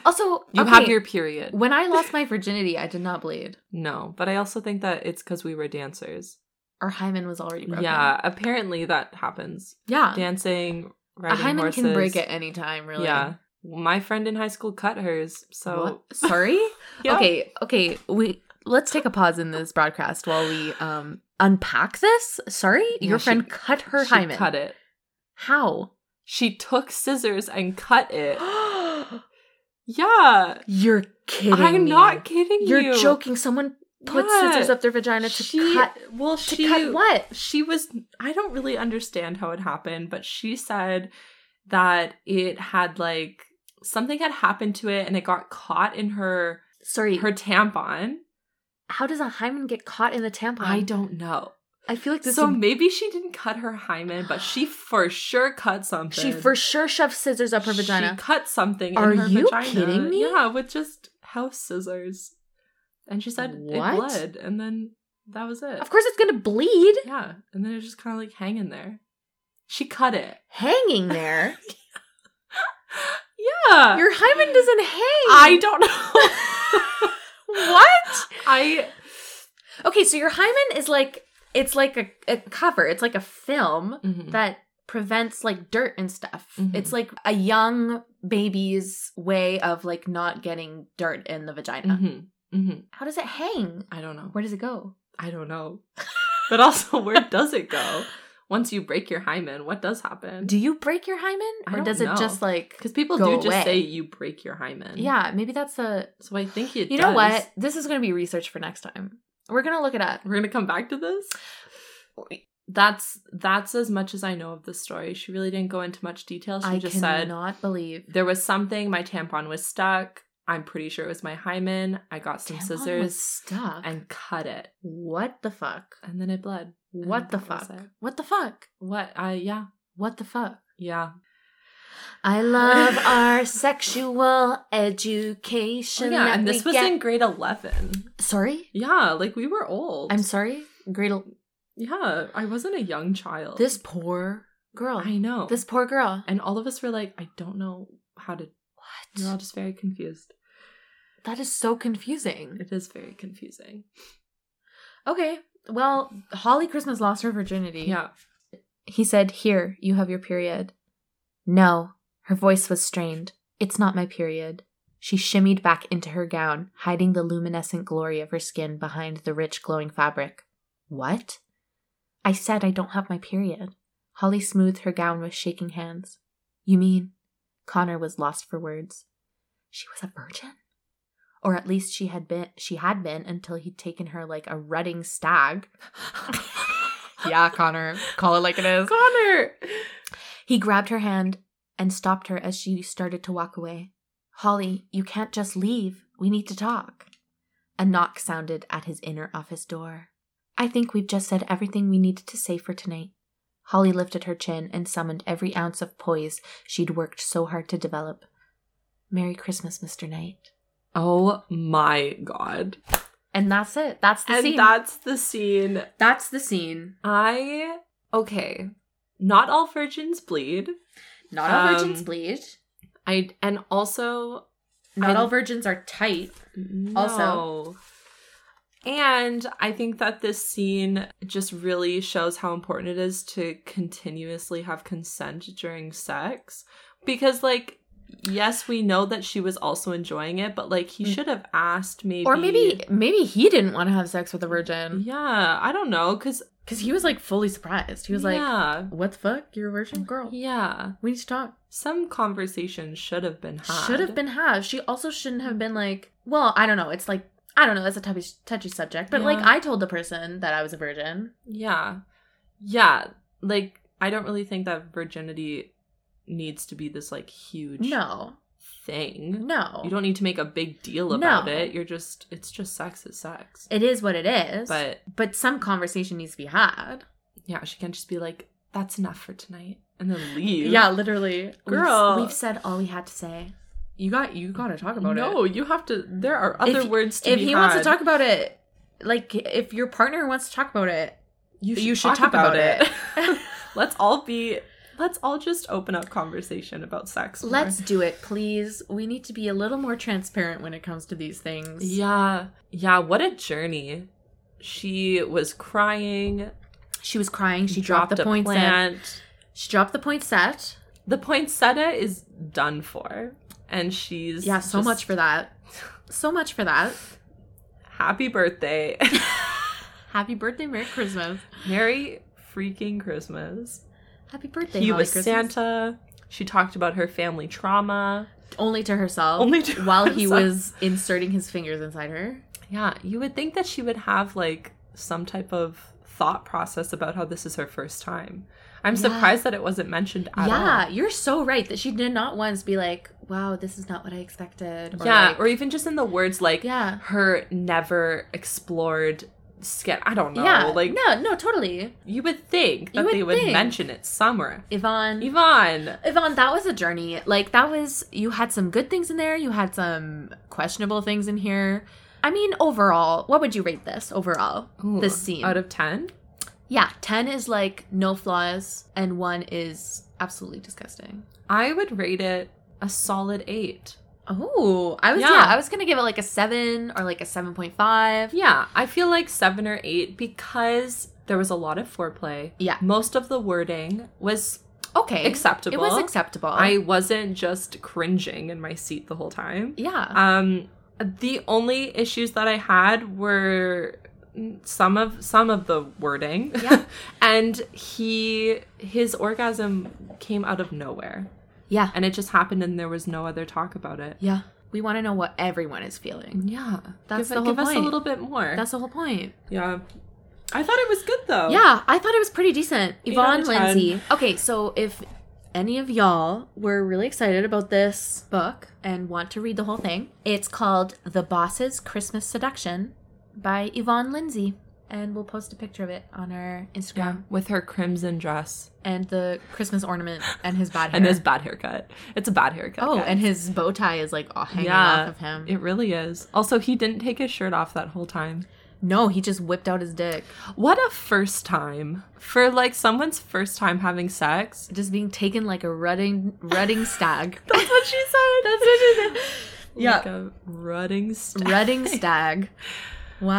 Speaker 1: Also,
Speaker 2: you
Speaker 1: okay,
Speaker 2: have your period.
Speaker 1: When I lost my virginity, I did not bleed.
Speaker 2: no, but I also think that it's because we were dancers.
Speaker 1: Our hymen was already broken.
Speaker 2: Yeah, apparently that happens.
Speaker 1: Yeah.
Speaker 2: Dancing,
Speaker 1: Uh, a
Speaker 2: riding
Speaker 1: hymen
Speaker 2: horses.
Speaker 1: can break at any time, really.
Speaker 2: Yeah. My friend in high school cut hers, so
Speaker 1: What? Sorry?
Speaker 2: Yeah.
Speaker 1: Okay, okay. We let's take a pause in this broadcast while we um unpack this. Sorry?
Speaker 2: Yeah,
Speaker 1: Your
Speaker 2: she-
Speaker 1: friend cut her
Speaker 2: she
Speaker 1: hymen.
Speaker 2: Cut it.
Speaker 1: How?
Speaker 2: She took scissors and cut it. Yeah.
Speaker 1: You're kidding.
Speaker 2: I'm
Speaker 1: me.
Speaker 2: not kidding
Speaker 1: You're
Speaker 2: you.
Speaker 1: joking. Someone put
Speaker 2: Yeah.
Speaker 1: scissors up their vagina to
Speaker 2: She-
Speaker 1: cut
Speaker 2: Well,
Speaker 1: to
Speaker 2: she
Speaker 1: cut what?
Speaker 2: She was I don't really understand how it happened, but she said that it had like something had happened to it and it got caught in her
Speaker 1: Sorry,
Speaker 2: her tampon.
Speaker 1: how does a hymen get caught in the tampon?
Speaker 2: I don't know.
Speaker 1: I feel like this
Speaker 2: So
Speaker 1: is,
Speaker 2: maybe she didn't cut her hymen, but she for sure cut something.
Speaker 1: she for sure shoved scissors up her
Speaker 2: She
Speaker 1: vagina.
Speaker 2: cut something.
Speaker 1: Are
Speaker 2: in her
Speaker 1: you
Speaker 2: vagina.
Speaker 1: kidding me?
Speaker 2: Yeah, with just house scissors. And she said
Speaker 1: What?
Speaker 2: it bled, and then that was it.
Speaker 1: Of course, it's gonna bleed.
Speaker 2: Yeah, and then it was just kind of like hanging there. She cut it.
Speaker 1: Hanging there,
Speaker 2: Yeah,
Speaker 1: your hymen doesn't hang.
Speaker 2: Uh, I don't know.
Speaker 1: what?
Speaker 2: I
Speaker 1: Okay, so your hymen is like it's like a, a cover. It's like a film
Speaker 2: Mm-hmm.
Speaker 1: that that prevents like dirt and stuff.
Speaker 2: Mhm.
Speaker 1: It's like a young baby's way of like not getting dirt in the vagina.
Speaker 2: Mhm, mhm.
Speaker 1: How does it hang?
Speaker 2: I don't know.
Speaker 1: uh, Where does it go?
Speaker 2: I don't know. But also, where does it go? Once you break your hymen, what does happen?
Speaker 1: Do you break your hymen,
Speaker 2: I
Speaker 1: or
Speaker 2: don't
Speaker 1: does it
Speaker 2: know.
Speaker 1: just like?
Speaker 2: Because people
Speaker 1: go
Speaker 2: do just
Speaker 1: away?
Speaker 2: say you break your hymen.
Speaker 1: Yeah, maybe that's a.
Speaker 2: So I think it.
Speaker 1: you know
Speaker 2: does.
Speaker 1: what? This is going to be research for next time. We're going to look it up.
Speaker 2: We're gonna come back to this. That's that's as much as I know of the story. She really didn't go into much detail. She
Speaker 1: I
Speaker 2: just said
Speaker 1: cannot believe
Speaker 2: there was something. My tampon was stuck. I'm pretty sure it was my hymen. I got some
Speaker 1: tampon was
Speaker 2: scissors
Speaker 1: stuck. And
Speaker 2: and cut it,
Speaker 1: what the fuck?
Speaker 2: and then it bled.
Speaker 1: What the
Speaker 2: that was
Speaker 1: fuck?
Speaker 2: it.
Speaker 1: What the fuck?
Speaker 2: What? I yeah
Speaker 1: What the fuck?
Speaker 2: yeah. Oh,
Speaker 1: I love our sexual education.
Speaker 2: Oh, yeah,
Speaker 1: that
Speaker 2: and
Speaker 1: we
Speaker 2: this was
Speaker 1: get.
Speaker 2: in grade eleven.
Speaker 1: Sorry,
Speaker 2: Yeah, like we were old.
Speaker 1: I'm sorry, Gretel.
Speaker 2: yeah, I wasn't a young child.
Speaker 1: This poor girl.
Speaker 2: I know
Speaker 1: This poor girl.
Speaker 2: and all of us were like, I don't know how to. We We're all
Speaker 1: What?
Speaker 2: just very confused.
Speaker 1: That is so confusing.
Speaker 2: It is very confusing.
Speaker 1: Okay. Well, Holly Christmas lost her virginity.
Speaker 2: Yeah.
Speaker 1: He said, Here, you have your period. No. Her voice was strained. It's not my period. She shimmied back into her gown, hiding the luminescent glory of her skin behind the rich glowing fabric. What? I said I don't have my period. Holly smoothed her gown with shaking hands. You mean? Connor was lost for words. She was a virgin? Or at least she had been she had been until he'd taken her like a rutting stag. yeah, Connor. Call it like it is.
Speaker 2: Connor.
Speaker 1: He grabbed her hand and stopped her as she started to walk away. Holly, you can't just leave. We need to talk. A knock sounded at his inner office door. I think we've just said everything we needed to say for tonight. Holly lifted her chin and summoned every ounce of poise she'd worked so hard to develop. Merry Christmas, Mr. Knight.
Speaker 2: Oh my god.
Speaker 1: And that's it. That's the
Speaker 2: and
Speaker 1: scene.
Speaker 2: that's the scene.
Speaker 3: That's the scene.
Speaker 2: I okay. Not all virgins bleed.
Speaker 3: Not all virgins
Speaker 2: Um,
Speaker 3: bleed.
Speaker 2: I and also
Speaker 3: Not
Speaker 2: I-
Speaker 3: all virgins are tight. Also-
Speaker 2: no. And I think that this scene just really shows how important it is to continuously have consent during sex. Because, like, yes, we know that she was also enjoying it, but, like, he
Speaker 1: Mm.
Speaker 2: should have asked maybe.
Speaker 1: or maybe maybe he didn't want to have sex with a virgin
Speaker 2: Yeah, I don't know. Because
Speaker 1: because he was like fully surprised. He was like, "Oh."
Speaker 2: yeah,
Speaker 1: "What the fuck? You're a virgin girl.
Speaker 2: yeah.
Speaker 1: We need to talk."
Speaker 2: Some conversation should have been had.
Speaker 1: Should have been have. She also shouldn't have been like, well, I don't know. It's like, I don't know. That's a touchy, touchy subject. But like,
Speaker 2: Yeah.
Speaker 1: I told the person that I was a virgin.
Speaker 2: Yeah. Yeah. Like, I don't really think that virginity needs to be this, like, huge
Speaker 1: No,
Speaker 2: thing.
Speaker 1: no.
Speaker 2: You don't need to make a big deal about
Speaker 1: No.
Speaker 2: it. You're just, it's just sex is sex.
Speaker 1: It is what it is.
Speaker 2: But
Speaker 1: but some conversation needs to be had.
Speaker 2: yeah, she can't just be like, that's enough for tonight and then leave.
Speaker 1: Yeah, literally, We've-
Speaker 2: Girl.
Speaker 1: We've, said all we had to say. You got you got to talk about it.
Speaker 2: No, you have to. There are other
Speaker 1: If-
Speaker 2: words to
Speaker 1: if
Speaker 2: be
Speaker 1: he wants to
Speaker 2: had.
Speaker 1: talk about it, like if your partner wants to talk about it,
Speaker 2: you
Speaker 1: you should talk about it.
Speaker 2: let's all be. Let's all just open up conversation about sex. more.
Speaker 1: let's do it, please. We need to be a little more transparent when it comes to these things.
Speaker 2: Yeah. Yeah. What a journey. She was crying.
Speaker 1: She was crying. She dropped, the point.
Speaker 2: plant.
Speaker 1: She dropped the point set.
Speaker 2: The poinsettia is done for. And she's.
Speaker 1: Yeah, so
Speaker 2: just
Speaker 1: much for that. So much for that.
Speaker 2: Happy birthday.
Speaker 1: Happy birthday, Merry Christmas.
Speaker 2: Merry freaking Christmas.
Speaker 1: Happy birthday.
Speaker 2: he
Speaker 1: Holly
Speaker 2: was
Speaker 1: Christmas.
Speaker 2: Santa. She talked about her family trauma.
Speaker 1: only to herself.
Speaker 2: Only to
Speaker 1: while he
Speaker 2: herself.
Speaker 1: was inserting his fingers inside her.
Speaker 2: Yeah, you would think that she would have like some type of thought process about how this is her first time. I'm
Speaker 1: Yeah.
Speaker 2: surprised that it wasn't mentioned at
Speaker 1: yeah,
Speaker 2: all.
Speaker 1: you're so right that she did not once be like, wow, this is not what I expected. Or
Speaker 2: yeah,
Speaker 1: like-
Speaker 2: or even just in the words like
Speaker 1: yeah.
Speaker 2: her never explored sketch. I don't know.
Speaker 1: yeah.
Speaker 2: Like
Speaker 1: no, no, totally.
Speaker 2: you would think that
Speaker 1: would
Speaker 2: they would
Speaker 1: think.
Speaker 2: mention it somewhere.
Speaker 1: Yvonne.
Speaker 2: Yvonne.
Speaker 1: Yvonne, that was a journey. Like, that was, you had some good things in there. You had some questionable things in here. I mean, overall, what would you rate this overall? this scene.
Speaker 2: Out of ten?
Speaker 1: yeah, 10 is like no flaws, and 1 is absolutely disgusting.
Speaker 2: I would rate it a solid eight.
Speaker 1: Oh, I was, yeah.
Speaker 2: Yeah.
Speaker 1: I was going to give it like a 7 or like a 7.5.
Speaker 2: Yeah, I feel like seven or eight because there was a lot of foreplay.
Speaker 1: Yeah.
Speaker 2: Most of the wording was
Speaker 1: Okay.
Speaker 2: acceptable.
Speaker 1: It was acceptable.
Speaker 2: I wasn't just cringing in my seat the whole time.
Speaker 1: yeah.
Speaker 2: Um, the only issues that I had were some of some of the wording.
Speaker 1: Yeah.
Speaker 2: and he his orgasm came out of nowhere,
Speaker 1: yeah.
Speaker 2: and it just happened, and there was no other talk about it.
Speaker 1: Yeah. We want to know what everyone is feeling.
Speaker 2: Yeah,
Speaker 1: That's
Speaker 2: give, it-
Speaker 1: the whole
Speaker 2: give us a
Speaker 1: point.
Speaker 2: little bit more.
Speaker 1: That's the whole point.
Speaker 2: yeah, I thought it was good though.
Speaker 1: Yeah, I thought it was pretty decent.
Speaker 2: Eight out
Speaker 1: Yvonne
Speaker 2: of ten.
Speaker 1: Lindsay. Okay, so if any of y'all were really excited about this book and want to read the whole thing, it's called The Boss's Christmas Seduction by Yvonne Lindsay. And we'll post a picture of it on our Instagram
Speaker 2: yeah, with her crimson dress
Speaker 1: and the Christmas ornament and his bad hair.
Speaker 2: and his bad haircut. It's a bad haircut.
Speaker 1: oh,
Speaker 2: guys.
Speaker 1: and his bow tie is like all hanging
Speaker 2: Yeah.
Speaker 1: off of him.
Speaker 2: It really is. Also, he didn't take his shirt off that whole time.
Speaker 1: no, he just whipped out his dick.
Speaker 2: What a first time for like someone's first time having sex.
Speaker 1: Just being taken like a rutting rutting stag.
Speaker 2: That's what she said. That's what she said.
Speaker 1: Yeah.
Speaker 2: Like a rutting st-
Speaker 1: Redding stag.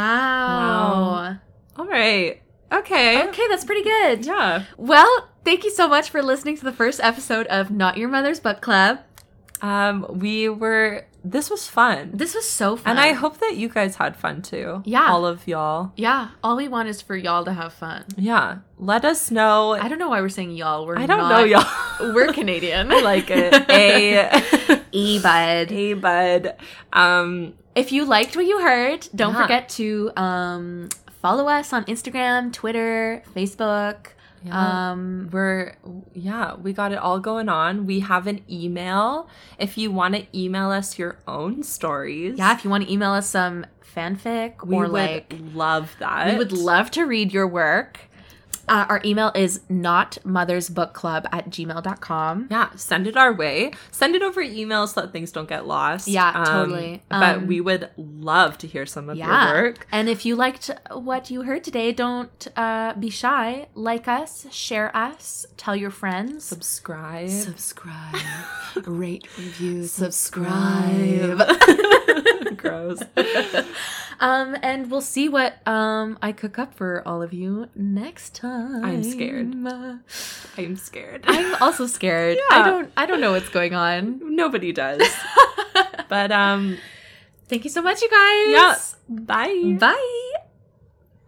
Speaker 1: Wow.
Speaker 2: All right. Okay.
Speaker 1: Okay, that's pretty good.
Speaker 2: Yeah.
Speaker 1: Well, thank you so much for listening to the first episode of Not Your Mother's Book Club.
Speaker 2: Um we were this was fun.
Speaker 1: This was so fun.
Speaker 2: And I hope that you guys had fun too.
Speaker 1: Yeah.
Speaker 2: All of y'all.
Speaker 1: Yeah, all we want is for y'all to have fun.
Speaker 2: Yeah. Let us know.
Speaker 1: I
Speaker 2: I,
Speaker 1: don't know why we're saying y'all. We're
Speaker 2: don't
Speaker 1: not-
Speaker 2: know y'all.
Speaker 1: We're Canadian.
Speaker 2: I like it. A
Speaker 1: E bud.
Speaker 2: Hey bud. Um
Speaker 1: If you liked what you heard, don't
Speaker 2: Yeah.
Speaker 1: forget to um, follow us on Instagram, Twitter, Facebook.
Speaker 2: yeah.
Speaker 1: Um,
Speaker 2: we're yeah we got it all going on we have an email if you want to email us your own stories
Speaker 1: yeah, if you want to email us some fanfic
Speaker 2: we
Speaker 1: or
Speaker 2: would
Speaker 1: like
Speaker 2: love that
Speaker 1: We would love to read your work. Uh, our email is notmothersbookclub at gmail.com.
Speaker 2: yeah send it our way send it over email so that things don't get lost
Speaker 1: Yeah, totally.
Speaker 2: but
Speaker 1: Um,
Speaker 2: we would love to hear some of
Speaker 1: Yeah.
Speaker 2: your work
Speaker 1: And if you liked what you heard today, don't uh, be shy. Like us, share us, tell your friends.
Speaker 2: subscribe
Speaker 1: Subscribe, rate, review,
Speaker 2: gross
Speaker 1: um, and we'll see what um I cook up for all of you next time.
Speaker 2: I'm scared. i'm scared
Speaker 1: I'm also scared. I
Speaker 2: Yeah.
Speaker 1: don't. I don't know what's going on.
Speaker 2: nobody does but um
Speaker 1: Thank you so much, you guys.
Speaker 2: yeah bye
Speaker 1: Bye.